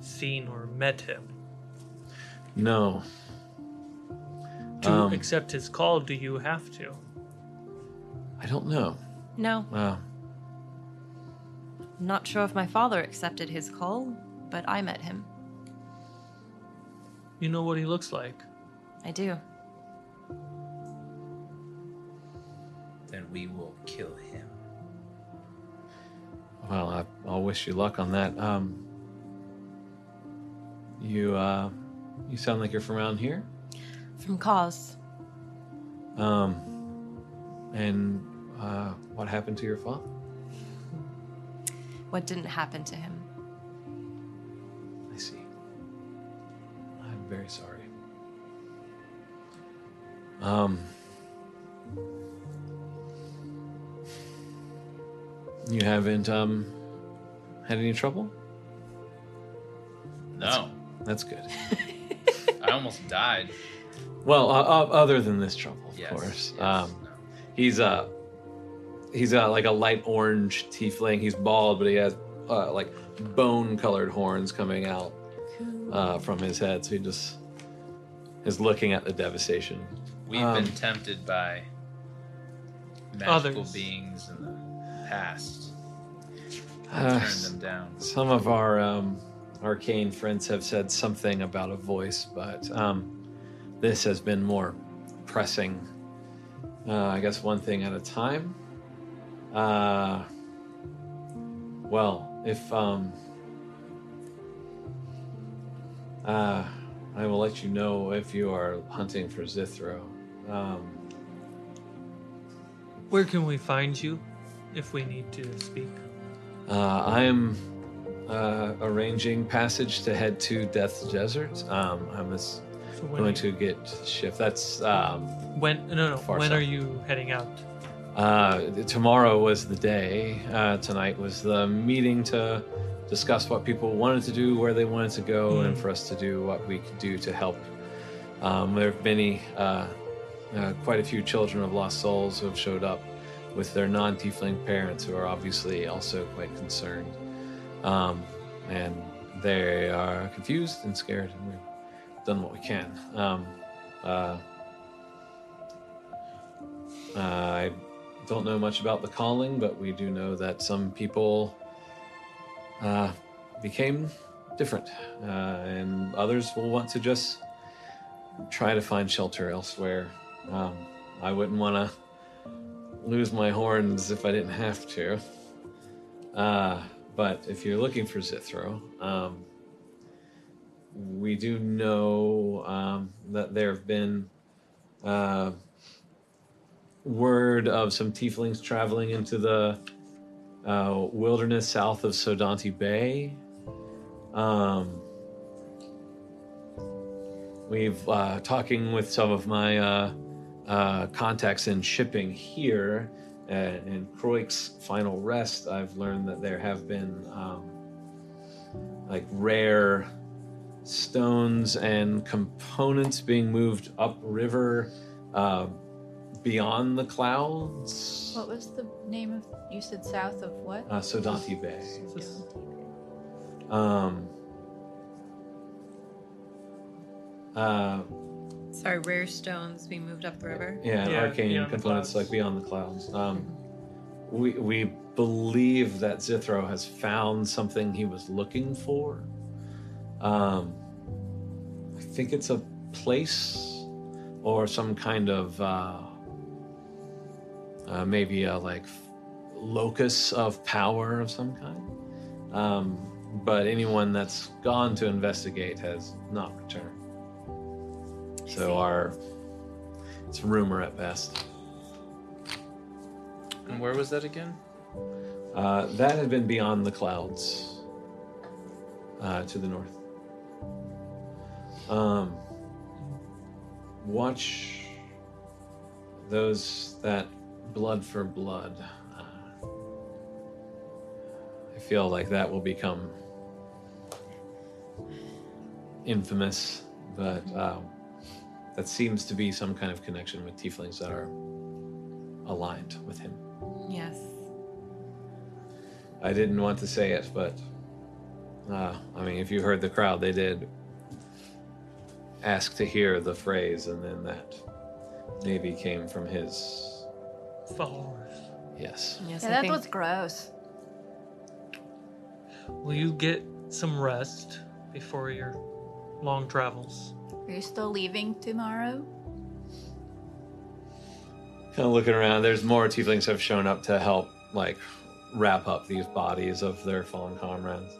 seen or met him. No. To Um, accept his call, do you have to? I don't know. No, Wow. I'm not sure if my father accepted his call, but I met him. You know what he looks like. I do. Then we will kill him. Well, I, I'll wish you luck on that. Um, you uh, you sound like you're from around here. From cause. Um, and uh, what happened to your father? What didn't happen to him? I see. I'm very sorry. Um, you haven't um had any trouble? No, That's good. I almost died. Well, uh, uh, other than this trouble, of Yes, course. um, He's uh, he's uh, like a light orange tiefling. He's bald, but he has uh, like bone-colored horns coming out uh, from his head. So he just is looking at the devastation. We've Um, been tempted by magical Others. beings in the past. Uh, Turn them down. Some of our um, arcane friends have said something about a voice, but um, this has been more pressing. Uh, I guess one thing at a time. Uh, well, if um, uh, I will let you know if you are hunting for Zithro. Um, Where can we find you if we need to speak? Uh, I am uh, arranging passage to head to Death's Desert. Um, I'm as- So when going are to get shift. That's um, When no no Far when south. are you heading out? uh, tomorrow was the day. Uh, tonight was the meeting to discuss what people wanted to do, where they wanted to go, and Mm. for us to do what we could do to help. Um, there have many, uh, uh, quite a few children of lost souls who have showed up with their non-tiefling parents, who are obviously also quite concerned, um, and they are confused and scared, and we've done what we can. Um, uh, uh, I don't know much about the calling, but we do know that some people uh, became different, uh, and others will want to just try to find shelter elsewhere. Um, I wouldn't want to lose my horns if I didn't have to. Uh, but if you're looking for Zithro, um, we do know um, that there have been uh, word of some tieflings traveling into the uh, wilderness south of Sodanti Bay. Um, we've uh, talking with some of my uh, uh, contacts in shipping here and in Croix's final rest. I've learned that there have been um, like rare stones and components being moved upriver uh, beyond the clouds. What was the name of? You said south of what? Uh, Sodanti Bay. Um, uh, Sorry, rare stones we moved up river. yeah, and arcane beyond the components like beyond the clouds. Um, we we believe that Zithro has found something he was looking for. Um, I think it's a place or some kind of uh, uh, maybe a like locus of power of some kind. Um, but anyone that's gone to investigate has not returned. So our it's rumor at best. And where was that again? Uh, that had been beyond the clouds uh, to the north. Um, watch those that blood for blood. Uh, I feel like that will become infamous, but uh, that seems to be some kind of connection with tieflings that are aligned with him. Yes. I didn't want to say it, but uh, I mean, if you heard the crowd, they did ask to hear the phrase, and then that maybe came from his. Followers. Yes. Yes, yeah, I that think- was gross. Will you get some rest before your Long travels. Are you still leaving tomorrow? Kind of looking around, there's more tieflings have shown up to help, like, wrap up these bodies of their fallen comrades.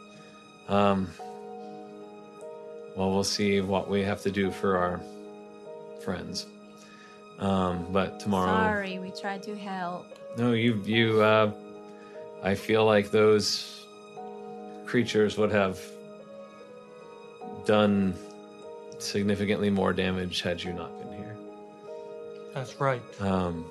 Um, well, we'll see what we have to do for our friends. Um, but tomorrow, Sorry, we tried to help. no, you, you, uh, I feel like those creatures would have done significantly more damage had you not been here. That's right. Um,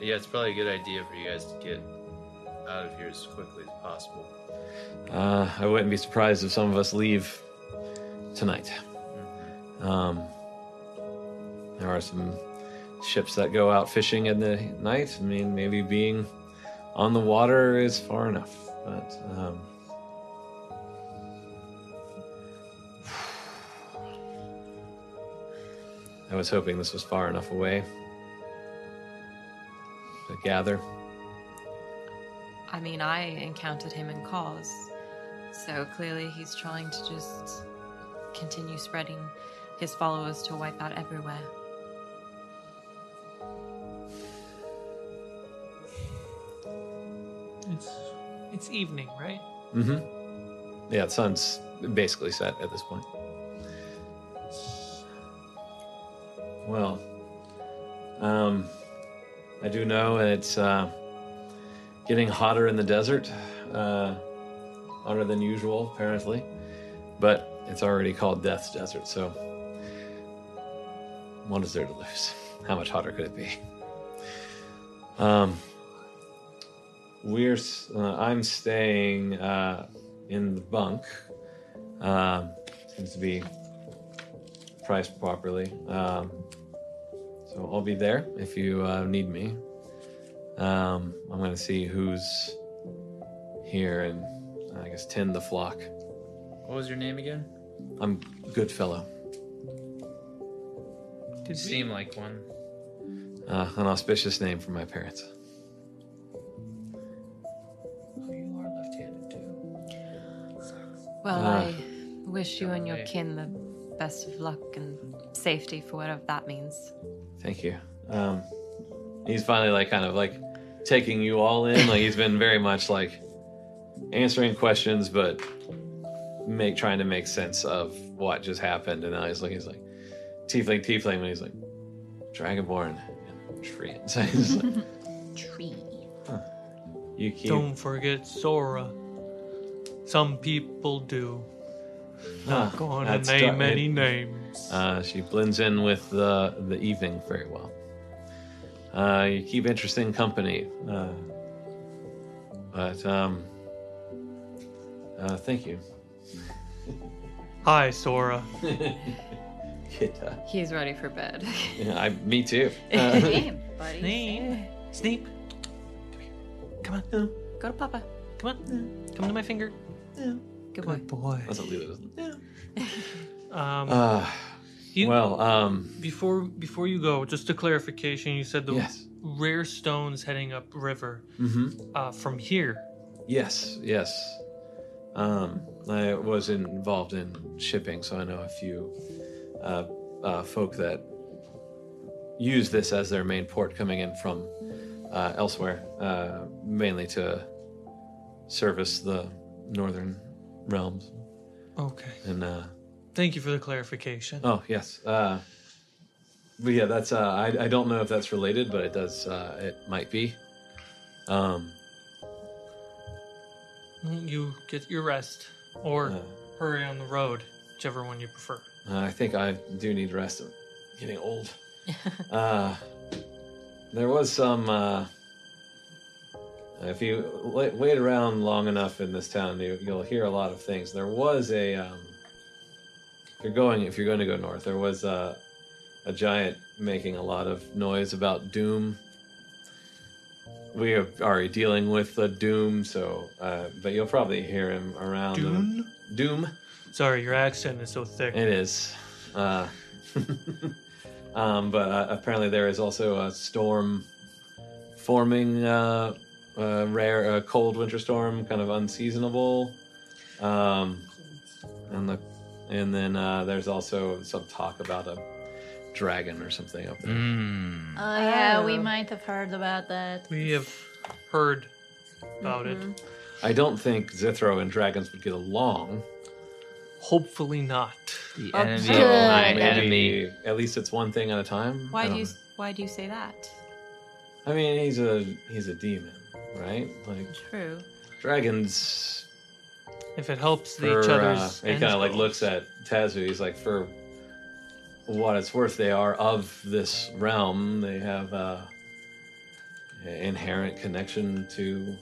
Yeah, it's probably a good idea for you guys to get out of here as quickly as possible. Uh, I wouldn't be surprised if some of us leave tonight. Um, there are some ships that go out fishing in the night. I mean, maybe being on the water is far enough, but um, I was hoping this was far enough away to gather. I mean, I encountered him in cause, so clearly he's trying to just continue spreading his followers to wipe out everywhere. It's it's evening, right? Mm-hmm. Yeah, the sun's basically set at this point. Well, um, I do know it's uh, getting hotter in the desert, uh, hotter than usual, apparently. But it's already called Death's Desert, so what is there to lose? How much hotter could it be? Um, we're s- uh, I'm staying uh, in the bunk. Um seems to be priced properly, um, so I'll be there if you uh, need me. Um, I'm gonna see who's here and I guess tend the flock. What was your name again? I'm good fellow, You seem like one. uh, an auspicious name from my parents. Well, Ah. I wish you and your kin the best of luck and safety for whatever that means. Thank you. Um, he's finally like kind of like taking you all in. Like he's been very much like answering questions, but make trying to make sense of what just happened. And now he's like he's like tiefling, tiefling, and he's like dragonborn and tree. So he's like, Tree. you keep Don't forget Sora. Some people do. Not Ah, gonna that's name di- any it- names. Uh, she blends in with the the evening very well. Uh, you keep interesting company, uh, but um, uh, thank you. Hi, Sora. Kidda. He's ready for bed. Yeah, I, me too. Uh, Damn, buddy. Snape. Snape. Come on. Come on. Go to Papa. Come on. Come to my finger. Good boy. boy. that's what Lulu does. Um, Uh, you- well, um, before before you go, just a clarification. You said the Yes. rare stones heading up river mhm. uh, from here. yes, yes. Um, I was involved in shipping, so I know a few uh, uh, folk that use this as their main port coming in from uh, elsewhere, uh, mainly to service the northern realms. Okay. And uh, Thank you for the clarification. Oh yes. Uh, but yeah, that's. Uh, I I don't know if that's related, but it does. Uh, it might be. Um, Mm-hmm. You get your rest or hurry on the road, whichever one you prefer. Uh, I think I do need rest. I'm getting old. uh, there was some. Uh, if you wa- wait around long enough in this town, you, you'll hear a lot of things. There was a. Um, if you're going, if you're going to go north, there was a, a giant making a lot of noise about doom. We are already dealing with the doom, so uh, but you'll probably hear him around. the- Dune? Doom. Sorry, your accent is so thick. It is. Uh, um, but uh, apparently, there is also a storm forming uh, uh, rare, uh, cold winter storm, kind of unseasonable. Um, and the, and then uh, there's also some talk about a dragon or something up there. Oh yeah, we Oh. might have heard about that. We have heard Mm-hmm. about it. I don't think Zithro and dragons would get along. Hopefully not. The Okay. enemy of my Maybe- enemy. At least it's one thing at a time. I Why do don't you why do you say that? know. I mean, he's a he's a demon, right? Like True. dragons. If it helps for, each other's uh, he ends kind of like goal. looks at Tazu. He's like, for what it's worth, they are of this realm. They have uh, a inherent connection to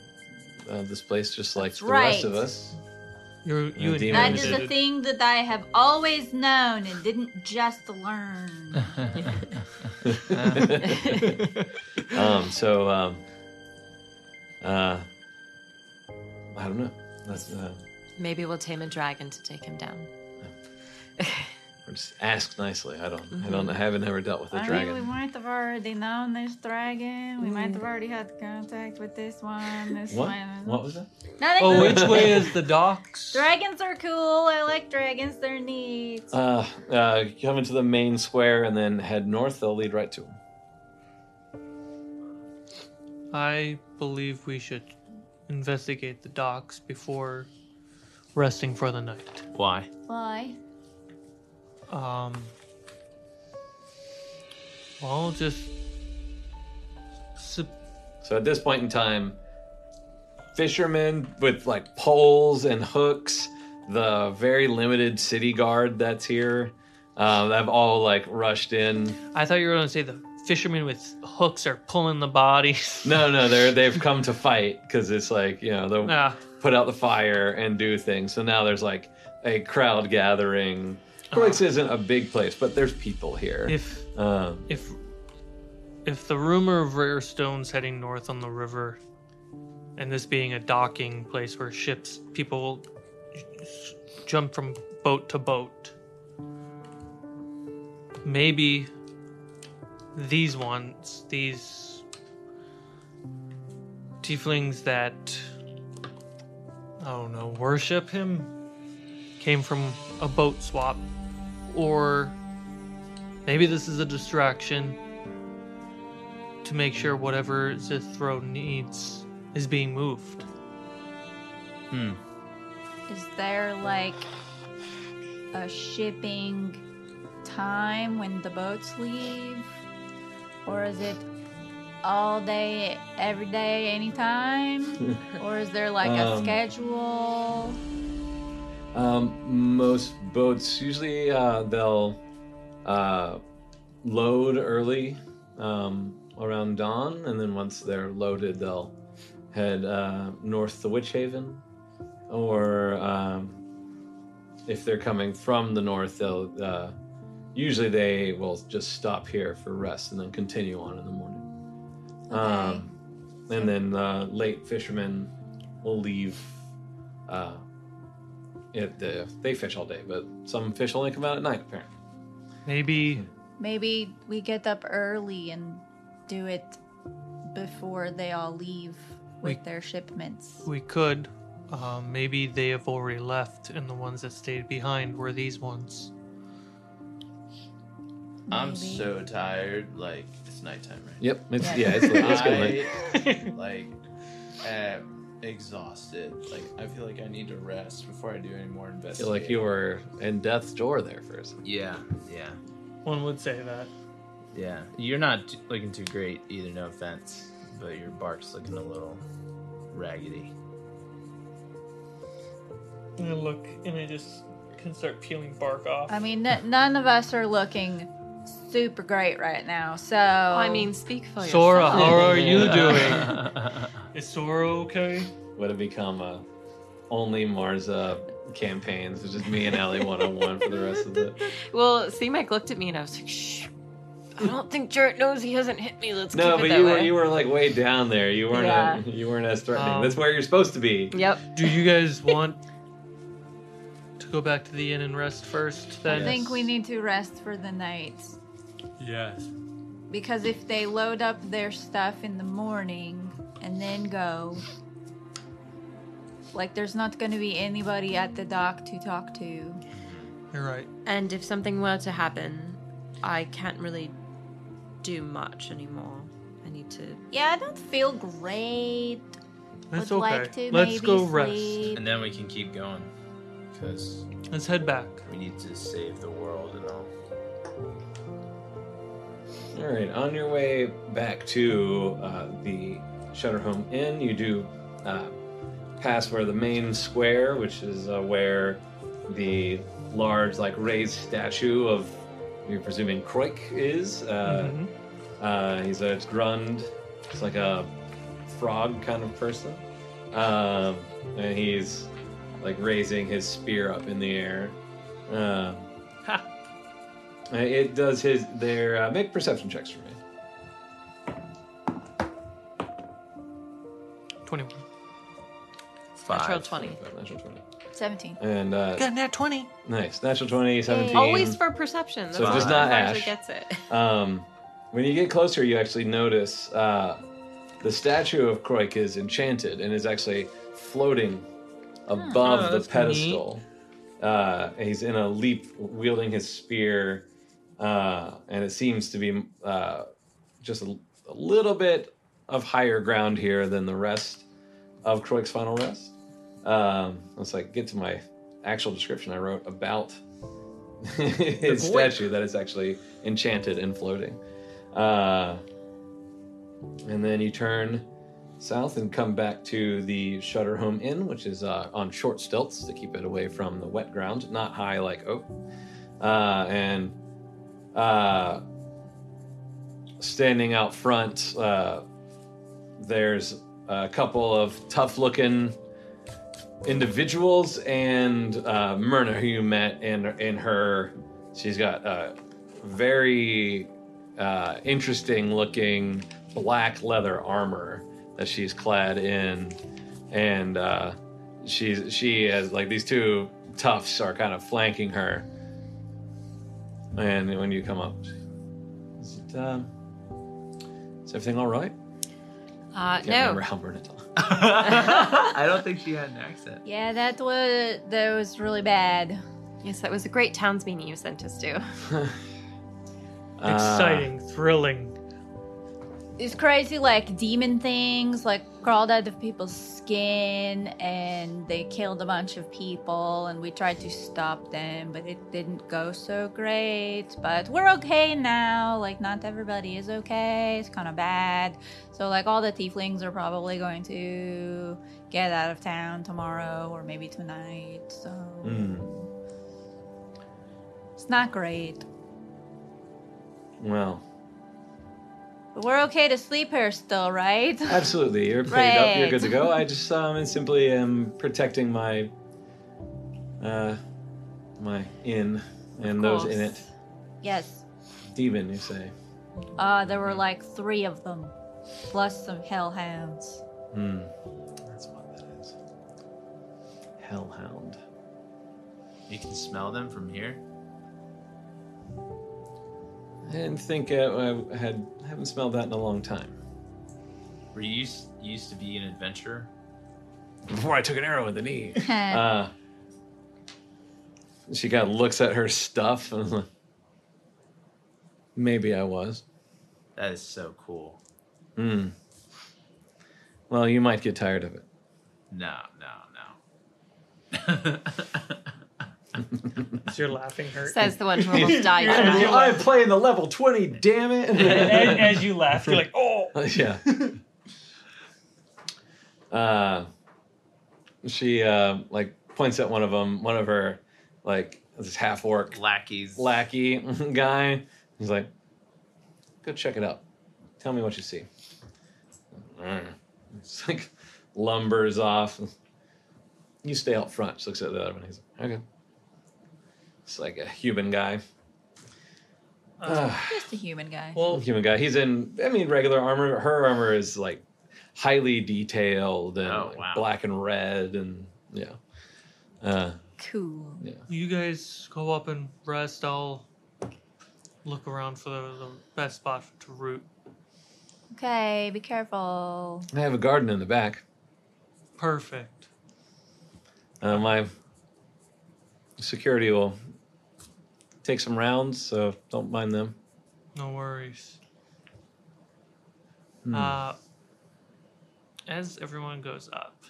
uh, this place, just like the rest of right. us. You're, you and That is a thing that I have always known and didn't just learn. um, so, um, uh, I don't know. That's, uh, Maybe we'll tame a dragon to take him down. or just ask nicely. I don't. I don't. I Mhm. haven't ever dealt with a I dragon. Hmm. mean, we might have already known this dragon. We might have already had contact with this one. This What? one. What was that? Nothing. Oh, which way is the docks? Dragons are cool. I like dragons. They're neat. Uh, uh, come into the main square and then head north. They'll lead right to him. I believe we should investigate the docks before resting for the night. Why? Why? Um. Well, just. sup- So at this point in time, fishermen with like poles and hooks, the very limited city guard that's here, uh, have all like rushed in. I thought you were going to say the fishermen with hooks are pulling the bodies. No, no, they're they've come to fight because it's like you know they'll Ah. put out the fire and do things. So now there's like a crowd gathering. Corlix isn't a big place, but there's people here. If um, if if the rumor of rare stones heading north on the river, and this being a docking place where ships people jump from boat to boat, maybe these ones, these tieflings that I don't know worship him, came from a boat swap, or Maybe this is a distraction to make sure whatever Zithro needs is being moved. Hmm. Is there like a shipping time when the boats leave? Or is it all day, every day, anytime? or is there like a Um, schedule? Um, most boats usually uh, they'll uh, load early um, around dawn, and then once they're loaded, they'll head uh, north to Witch Haven, or um, if they're coming from the north, they'll uh, usually they will just stop here for rest and then continue on in the morning. Um, and then uh, late fishermen will leave. Uh, it, the, they fish all day, but some fish only come out at night, apparently. Maybe Maybe we get up early and do it before they all leave with We- their shipments. we could. Uh, maybe they have already left, and the ones that stayed behind were these ones. I'm Maybe. so tired. Like it's nighttime, right? Yep, it's- Yeah. yeah, it's- it's good. like, am exhausted. Like I feel like I need to rest before I do any more I investigating. feel like you were in death's door there for a second. Yeah, yeah, One would say that. yeah. You're not t- looking too great either. No offense, but your bark's looking a little raggedy. And I look, and I just can start peeling bark off. I mean, n- none of us are looking super great right now, so. I mean, speak oh, for Sora, yourself. how are you doing? Is Sora okay? Would have become a only Marza campaigns. It's just me and Allie one on one for the rest of the. Well, C Mike looked at me and I was like, shh. I don't think Jarrett knows he hasn't hit me. Let's No, keep but it that you way. were you were like way down there. You weren't Yeah. Oh. you weren't as threatening. Um, That's where you're supposed to be. Yep. Do you guys want to go back to the inn and rest first? Then I think we need to rest for the night. Yes. Because if they load up their stuff in the morning, and then go. Like, there's not going to be anybody at the dock to talk to. You're right. And if something were to happen, I can't really do much anymore. I need to. Yeah, I don't feel great. That's Would okay. like to Let's maybe go rest. sleep. And then we can keep going. Because Let's head back. we need to save the world and all. All right, on your way back to uh, the Shutterhome Inn, you do uh, pass where the main square, which is uh, where the large, like raised statue of you're presuming Croik is. Uh, Mhm. uh, he's a grund. He's like a frog kind of person, um, and he's like raising his spear up in the air. Um, uh, It does his. Their uh, make perception checks for me. 21. Five. Natural 20. Natural 20. 17. And uh, Got that 20. nice. Natural 20, 17. Always for perception. That's So how just it not largely ash. gets it. Um, when you get closer, you actually notice uh, the statue of Croik is enchanted and is actually floating above Oh, the that's pedestal. Uh, he's in a leap, wielding his spear, uh, and it seems to be uh, just a, a little bit of higher ground here than the rest of Croik's final rest. Um, let's like get to my actual description I wrote about his The boy. statue that is actually enchanted and floating. Uh, and then you turn south and come back to the Shutterhome Inn, which is uh, on short stilts to keep it away from the wet ground, not high like oak. Uh, and uh, standing out front, uh, there's a couple of tough looking individuals and uh, Myrna, who you met, and in her, she's got a very uh, interesting looking black leather armor that she's clad in, and uh, she's she has like these two toughs are kind of flanking her. And when you come up, is it uh, is everything all right? Uh, Can't remember no. how Myrna talks. I don't think she had an accent. Yeah, that was that was really bad. Yes, that was a great town's meeting you sent us to. Uh, Exciting, thrilling. These crazy like demon things like crawled out of people's skin and they killed a bunch of people and we tried to stop them but it didn't go so great but we're okay now like not everybody is okay it's kind of bad so like all the tieflings are probably going to get out of town tomorrow or maybe tonight so Mm. it's not great Well, but we're okay to sleep here still right Absolutely, you're paid up. You're good to go. Right. I just um, simply am protecting my uh, my inn and those in it. yes Demon, you say. Uh, there were like three of them, plus some hellhounds. Hmm. That's what that is. Hellhound. You can smell them from here. I didn't think uh, I had haven't smelled that in a long time. Were you used, you used to be an adventurer? Before I took an arrow in the knee. uh, she kind of looks at her stuff and is like, maybe I was. That is so cool. Hmm. Well, you might get tired of it. No, no, Is your laughing hurt? Says the one who almost died. I'm playing the level 20, damn it. And as you laugh, you're like, oh. yeah. Uh, she uh, like points at one of them, one of her like this half orc no. Lackeys. lackey guy. He's like, go check it out. Tell me what you see. Mm. It's like lumbers off. You stay out front. She looks at the other one. He's like, okay. It's like a human guy. Uh, Just a human guy. Well, human guy. He's in. I mean, regular armor. Her armor is like highly detailed and Oh, like, wow. black and red, and yeah. Uh, cool. you guys go up and rest. I'll look around for the, the best spot to root. Okay, be careful. I have a garden in the back. Perfect. Uh, my security will take some rounds, so don't mind them. No worries. Hmm. Uh, as everyone goes up,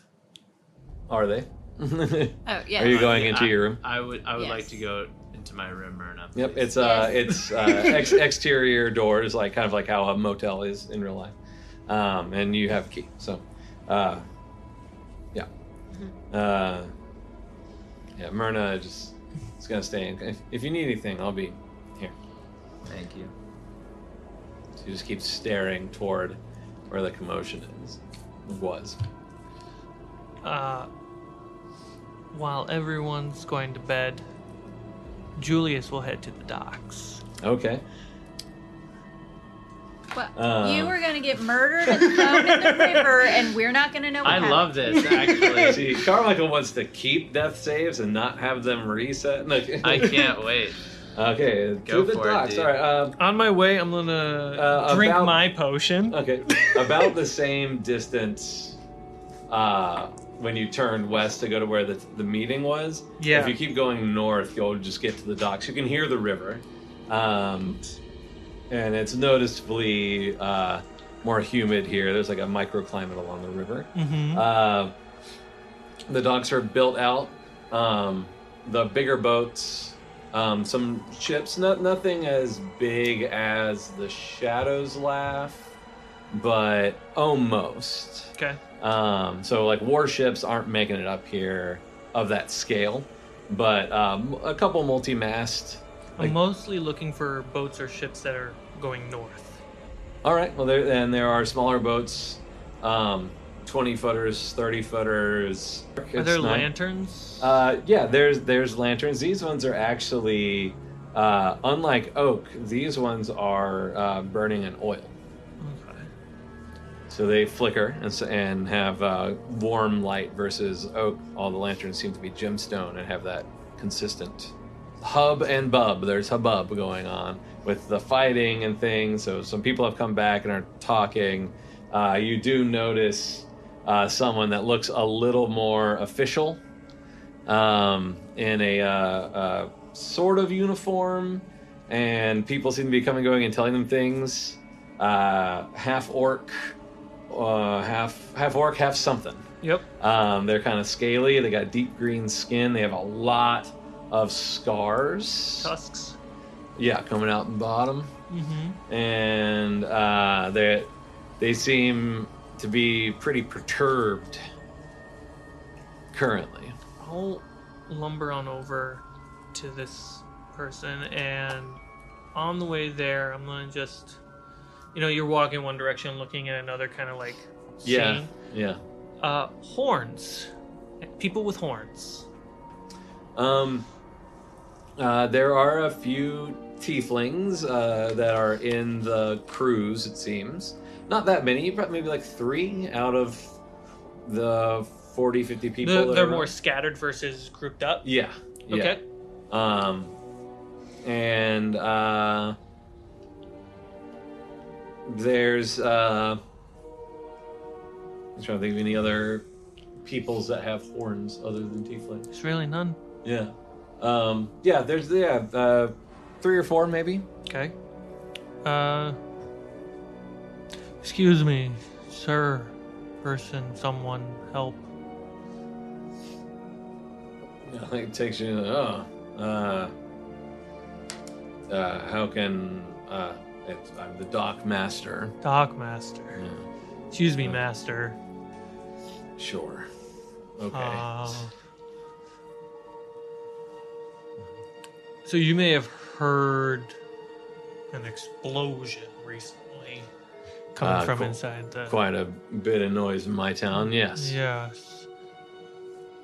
Are they? Oh, Are you going into I, your room? I would. I would Yes. like to go into my room, Myrna. Yep, it's uh, it's uh, ex- exterior doors, like kind of like how a motel is in real life, um, and you have a key. So, uh, yeah, uh, yeah. Myrna just is gonna stay. In. If, if you need anything, I'll be here. Thank you. She just keeps staring toward where the commotion is was. uh, while everyone's going to bed, Julius will head to the docks. Okay. What? Um, Uh, you were gonna get murdered and thrown in the river, and we're not gonna know. What I happened. love this. Actually, see, Carmichael wants to keep death saves and not have them reset. No, I can't wait. Okay, Go to the for it, docks. dude. All right. Um, On my way, I'm gonna Uh, drink about- my potion. Okay, about the same distance uh, when you turn west to go to where the, the meeting was. Yeah. If you keep going north, you'll just get to the docks. You can hear the river, um, and it's noticeably uh, more humid here. There's like a microclimate along the river. Mhm. Uh, the docks are built out. Um, the bigger boats, um, some ships, not nothing as big as the Shadows Laugh, but almost. Okay. Um, so like warships aren't making it up here of that scale, but um, a couple multi-mast. I'm mostly looking for boats or ships that are going north. All right. Well, there and there are smaller boats, um, twenty footers, thirty footers. Are there lanterns? Uh, yeah, there's there's lanterns. These ones are actually, uh, unlike oak, these ones are uh, burning in oil. Okay. So they flicker and, s- and have uh, warm light versus oak. All the lanterns seem to be gemstone and have that consistent hub and bub. There's hubbub going on with the fighting and things. So some people have come back and are talking. Uh, you do notice uh, someone that looks a little more official um, in a uh, uh, sort of uniform, and people seem to be coming, going, and telling them things. Uh, half orc, uh, half half orc, half something. Yep. Um, they're kind of scaly. They got deep green skin. They have a lot of scars. Tusks. Yeah, coming out the bottom Mm-hmm. and uh, they they seem to be pretty perturbed currently. I'll lumber on over to this person, and on the way there, I'm gonna just, you know, you're walking one direction, looking at another, kind of like, Yeah, scene. yeah. Uh, horns. People with horns. Um, uh, there are a few tieflings uh, that are in the cruise. It seems not that many. Probably maybe like three out of the 40, 50 people. They're- that they're are- more scattered versus grouped up. Yeah. yeah. Okay. Um, and uh, there's uh, I'm trying to think of any other peoples that have horns other than tiefling. There's really none. Yeah. Um, yeah. There's yeah uh, three or four maybe. Okay. Uh, excuse me, sir, person, someone, help. Yeah, like it takes you. Oh, uh, uh, how can uh, it's, I'm the dock master. Dock master. Yeah, Excuse me, master. sure. Okay. Uh, so you may have heard an explosion recently coming Uh, from qu- inside the. Quite a bit of noise in my town. Yes. Yes.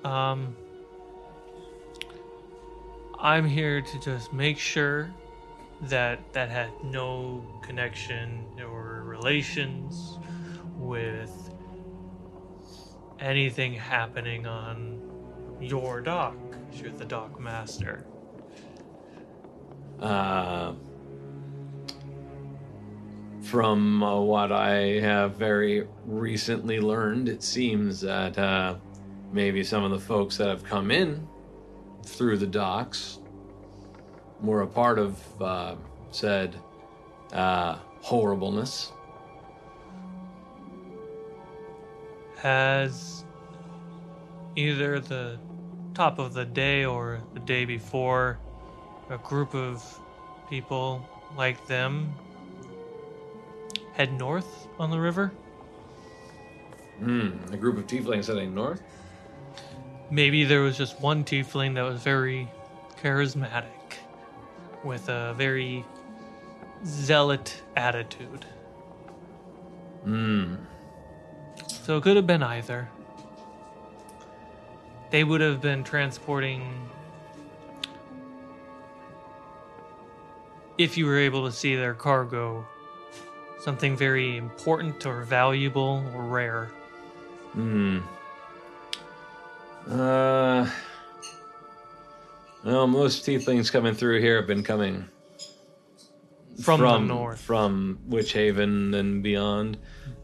Um, I'm here to just make sure that that had no connection or relations with anything happening on your dock. 'cause You're the dock master. Uh, From uh, what I have very recently learned, it seems that uh, maybe some of the folks that have come in through the docks were a part of uh, said uh, horribleness. Has either the top of the day or the day before a group of people like them head north on the river? Hmm, a group of tieflings heading north. Maybe there was just one tiefling that was very charismatic with a very zealot attitude. Hmm. So it could have been either. They would have been transporting. If you were able to see their cargo, something very important or valuable or rare. Hmm. Uh. Well, most tieflings coming through here have been coming From the north. from Witch Haven and beyond.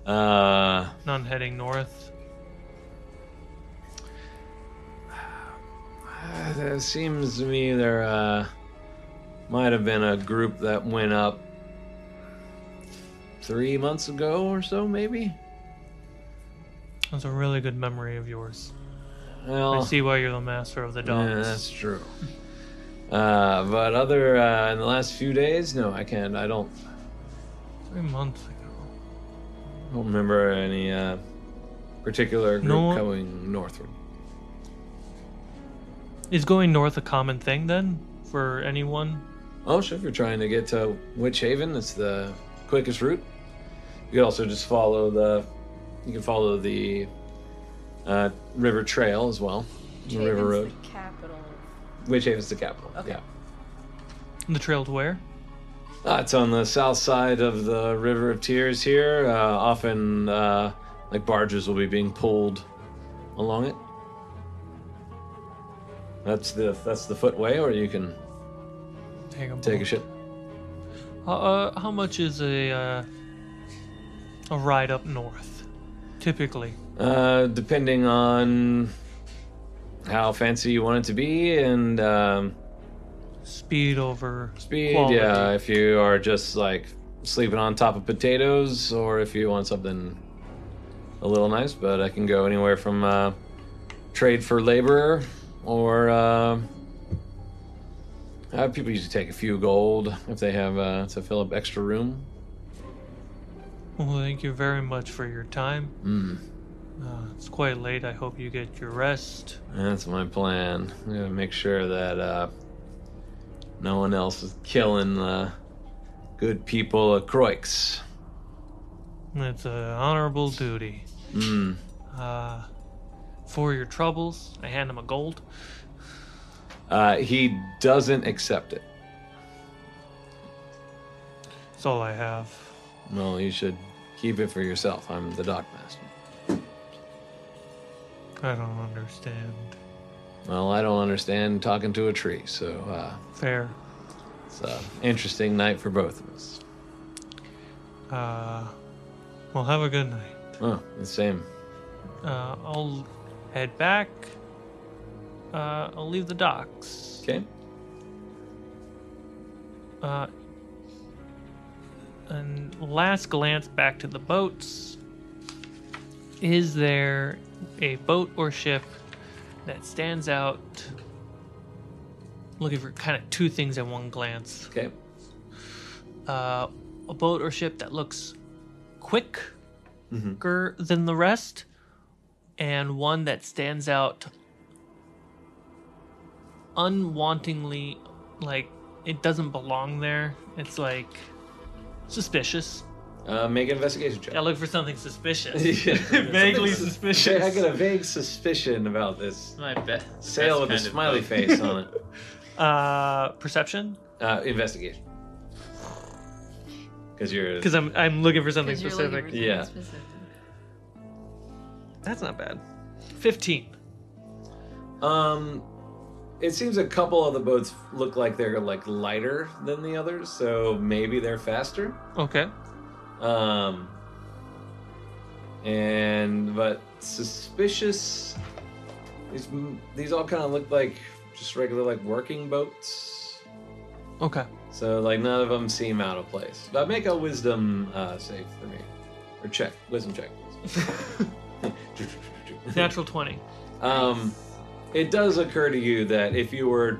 Uh, None heading north. it seems to me there uh, might have been a group that went up three months ago or so, maybe. That's a really good memory of yours. Well- I see why you're the master of the dogs. Oh. Yeah, that's true. Uh, but other uh, in the last few days, no, I can't. I don't. Three months ago. I don't remember any uh, particular group No. coming northward. Is going north a common thing then for anyone? Oh, sure. If you're trying to get to Witch Haven, it's the quickest route. You could also just follow the. You can follow the uh, river trail as well. the river road. Capital. Witch Haven's the capital. Okay. Yeah. The trail to where? Uh, it's on the south side of the River of Tears here. Uh, often, uh, like barges will be being pulled along it. That's the that's the footway, or you can Take a, take a ship. Uh, uh, how much is a uh, a ride up north? Typically, Uh, depending on how fancy you want it to be and um, speed over speed. Yeah, if you are just like sleeping on top of potatoes, or if you want something a little nice. But I can go anywhere from uh, trade for laborer, or uh, uh, people usually take a few gold if they have uh, to fill up extra room. Well, thank you very much for your time. Mm, Uh, it's quite late. I hope you get your rest. that's my plan. I'm gonna make sure that uh, no one else is killing the good people of Croix. It's an honorable duty. Mm. Uh, for your troubles, I hand him a gold. Uh, he doesn't accept it. That's all I have. Well, you should keep it for yourself. I'm the dockmaster. I don't understand. Well, I don't understand talking to a tree, so uh, Fair. it's an interesting night for both of us. Uh, well, have a good night. Oh, the same. Uh, I'll head back. Uh, I'll leave the docks. Okay. Uh, and last glance back to the boats. Is there a boat or ship that stands out? Looking for kind of two things at one glance. Okay. Uh, a boat or ship that looks quick Mhm. quicker than the rest, and one that stands out unwantingly, like it doesn't belong there. It's like suspicious. Uh, make an investigation check. I look for something suspicious. Yeah. Something Vaguely sus- suspicious. I got a vague suspicion about this My bet. sail with a That's kind smiley of- face on it. Uh, perception? Uh, investigation. Because you're. Because I'm I'm looking for something specific. yeah. That's not bad. Fifteen. Um, it seems a couple of the boats look like they're like lighter than the others, so maybe they're faster. Okay. Um, and but suspicious. These these all kind of look like just regular like working boats. Okay. So like none of them seem out of place. But make a wisdom uh, save for me, or check wisdom check. Natural 20. Um, it does occur to you that if you were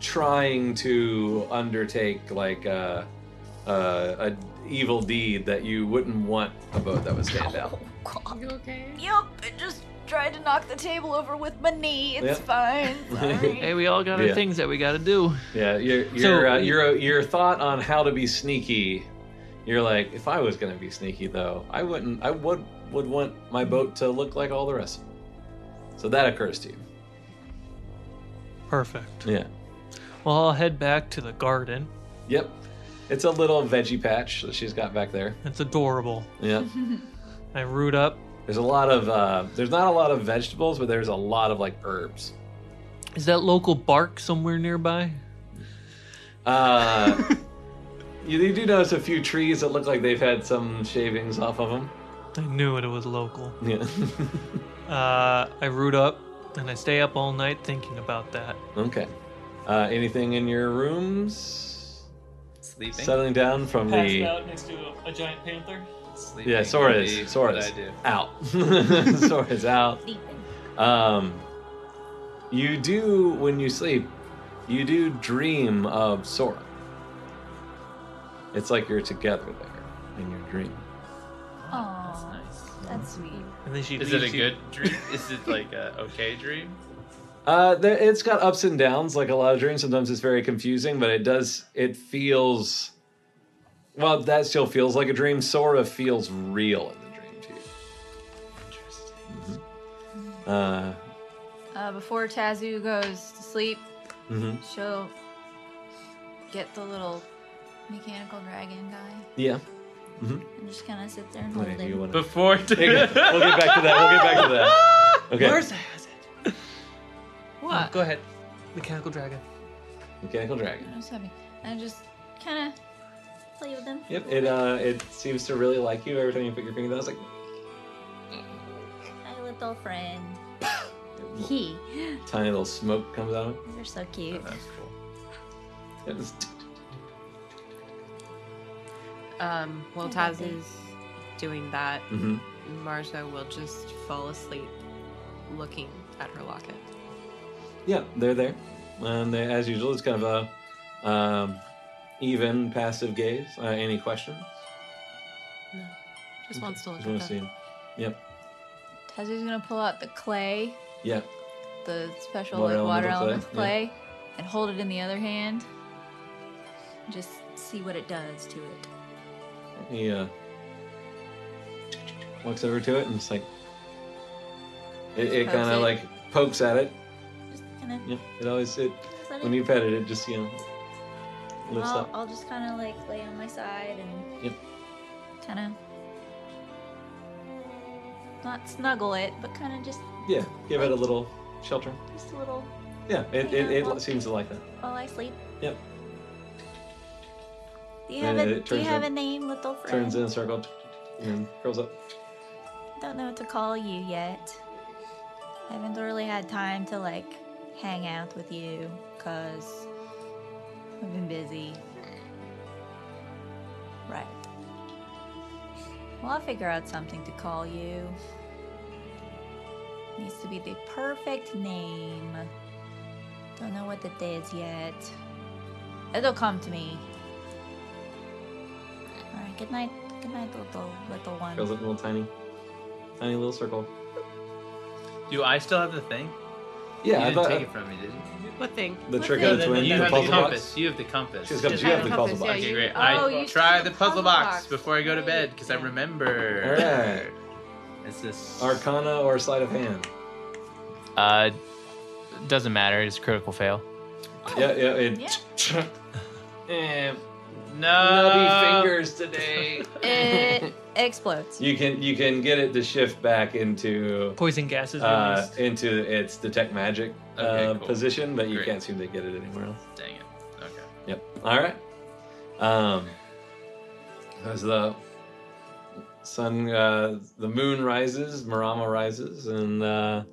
trying to undertake like a, a, a evil deed, that you wouldn't want a boat that would stand out. You okay? Yep, I just tried to knock the table over with my knee. It's Yep. fine. hey, we all got our Yeah. things that we got to do. Yeah, your your So- uh, your your thought on how to be sneaky. You're like, if I was gonna be sneaky though, I wouldn't. I would would want my boat to look like all the rest. of them. So that occurs to you. Perfect. Yeah. Well, I'll head back to the garden. Yep. It's a little veggie patch that she's got back there. It's adorable. Yeah. I root up. There's a lot of uh, there's not a lot of vegetables, but there's a lot of like herbs. Is that local bark somewhere nearby? Uh, you, you do notice a few trees that look like they've had some shavings off of them. I knew it, it was local. Yeah. Uh, I root up and I stay up all night thinking about that. okay. Uh, anything in your rooms? Sleeping. Settling down from the next to a, giant panther. Sleeping yeah, Sora's would be Sora's what I do. out. Sora's out. Um, you do when you sleep, you do dream of Sora. It's like you're together there in your dream. Aw, that's nice. That's sweet. And then she Is it a good dream? Is it like a okay dream? Uh, there, it's got ups and downs, like a lot of dreams. Sometimes it's very confusing, but it does. It feels. Well, that still feels like a dream. Sora feels real in the dream to you. Interesting. Uh, Uh, before Tazu goes to sleep, mhm. she'll get the little mechanical dragon guy Yeah. hmm and just kind of sit there and hold Okay, do it. you wanna... Before Hang on. we'll get back to that. We'll get back to that. Okay. What? Go ahead. Mechanical dragon. Mechanical dragon. I was happy. And just kind of play with him. Yep. It uh, it seems to really like you every time you put your finger down. It's like My little friend. he. tiny little smoke comes out. of it. They're so cute. It was- Um, while Taz is doing that, Mhm. Marzo will just fall asleep looking at her locket. Yeah, they're there. And they, as usual, it's kind of a um, even passive gaze. Uh, any questions? No, just wants to look Just at want that. to see 'em. Yep. Tazu's gonna pull out the clay, Yeah. the special Water like water elemental element clay, clay, and hold it in the other hand. Just see what it does to it. He uh, walks over to it and it's like it, it Pokes kind it. of like pokes at it. kinda- Yeah. It always it Just let when it- you pet it, it just you know lifts I'll, up. I'll just kind of like lay on my side and Yep. kind of not snuggle it, but kind of just Yeah. Give it a little shelter. just a little Yeah. It Yeah, it, it, well- seems to like that. while I sleep. Yep. Do you Yeah, have it a Do you turns have in- a name, little friend? Turns in a circle and then curls up. Don't know what to call you yet. I haven't really had time to like hang out with you because I've been busy. Right. Well, I'll figure out something to call you. Needs to be the perfect name. Don't know what it is yet. It'll come to me. All right. Good night. Good night, little little one. Curls up in a little tiny tiny little circle. Do I still have the thing? Yeah, you I didn't thought- take it from me, did you? What thing? The What trick thing? of the twin, You the have the puzzle box. compass. You have the compass. She's got- Just you have have the the puzzle compass, box. yeah, okay, you- great. oh, I you try the puzzle box, before I go to bed because I remember. Alright. It's this. Arcana or sleight of hand? Uh, doesn't matter. It's a critical fail. yeah, yeah, it. Eh, Uh, nubby fingers today. It explodes. You can you can get it to shift back into Poison gas is uh, released. into its detect magic uh, Okay, cool. position, but you Great. can't seem to get it anywhere else. Dang it. Okay. Yep. All right. Um, as the Sun, uh, the moon rises, Marama rises, and uh,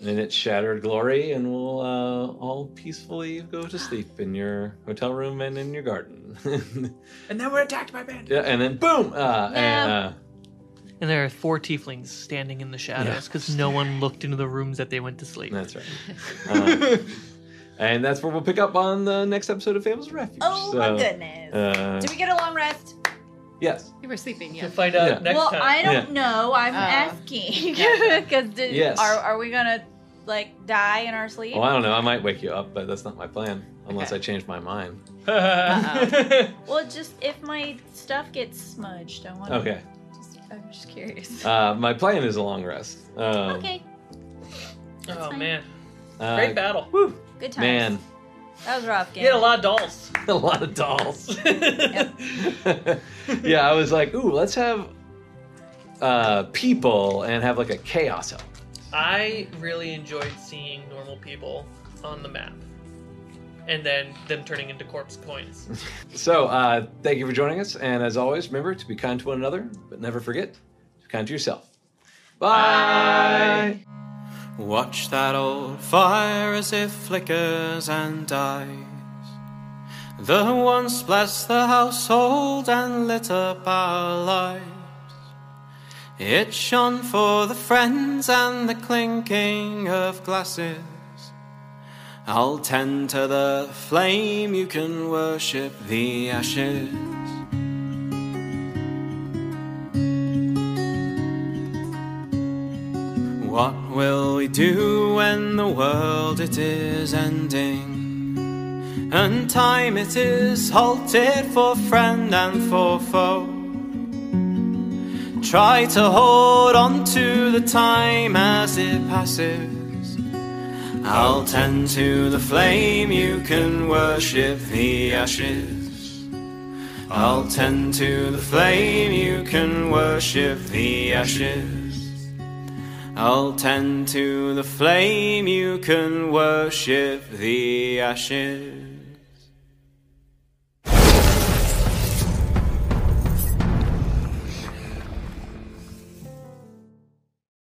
in its shattered glory, and we'll uh, all peacefully go to sleep in your hotel room and in your garden. And then we're attacked by bandits. yeah, and then boom! Uh, and, uh, And there are four tieflings standing in the shadows because no one looked into the rooms that they went to sleep. That's right. Uh, and that's where we'll pick up on the next episode of Fables of Refuge. Oh So, my goodness. uh, Did we get a long rest? yes. You were sleeping, yeah. We'll find out Yeah. next well, time. I don't Yeah. know. I'm Oh. asking Yeah. because Yes. are are we gonna like die in our sleep? Well, I don't know. I might wake you up, but that's not my plan unless I change my mind. Oh, Well, just if my stuff gets smudged, I want. Okay. Just, I'm just curious. Uh, my plan is a long rest. Um, okay. Oh man, uh, Great battle. Good times. Man, That was rough You game. had a lot of dolls. a lot of dolls. yeah, I was like, ooh, let's have uh, people and have like a chaos elf. I really enjoyed seeing normal people on the map, and then them turning into corpse coins. So, uh, thank you for joining us. And as always, remember to be kind to one another, but never forget to be kind to yourself. Bye. Watch that old fire as it flickers and dies. The once blessed the household and lit up our lives. It shone for the friends and the clinking of glasses. I'll tend to the flame, you can worship the ashes. What will we do when the world it is ending? And time it is halted for friend and for foe. Try to hold on to the time as it passes. I'll tend to the flame, you can worship the ashes. I'll tend to the flame, you can worship the ashes. I'll tend to the flame, you can worship the ashes.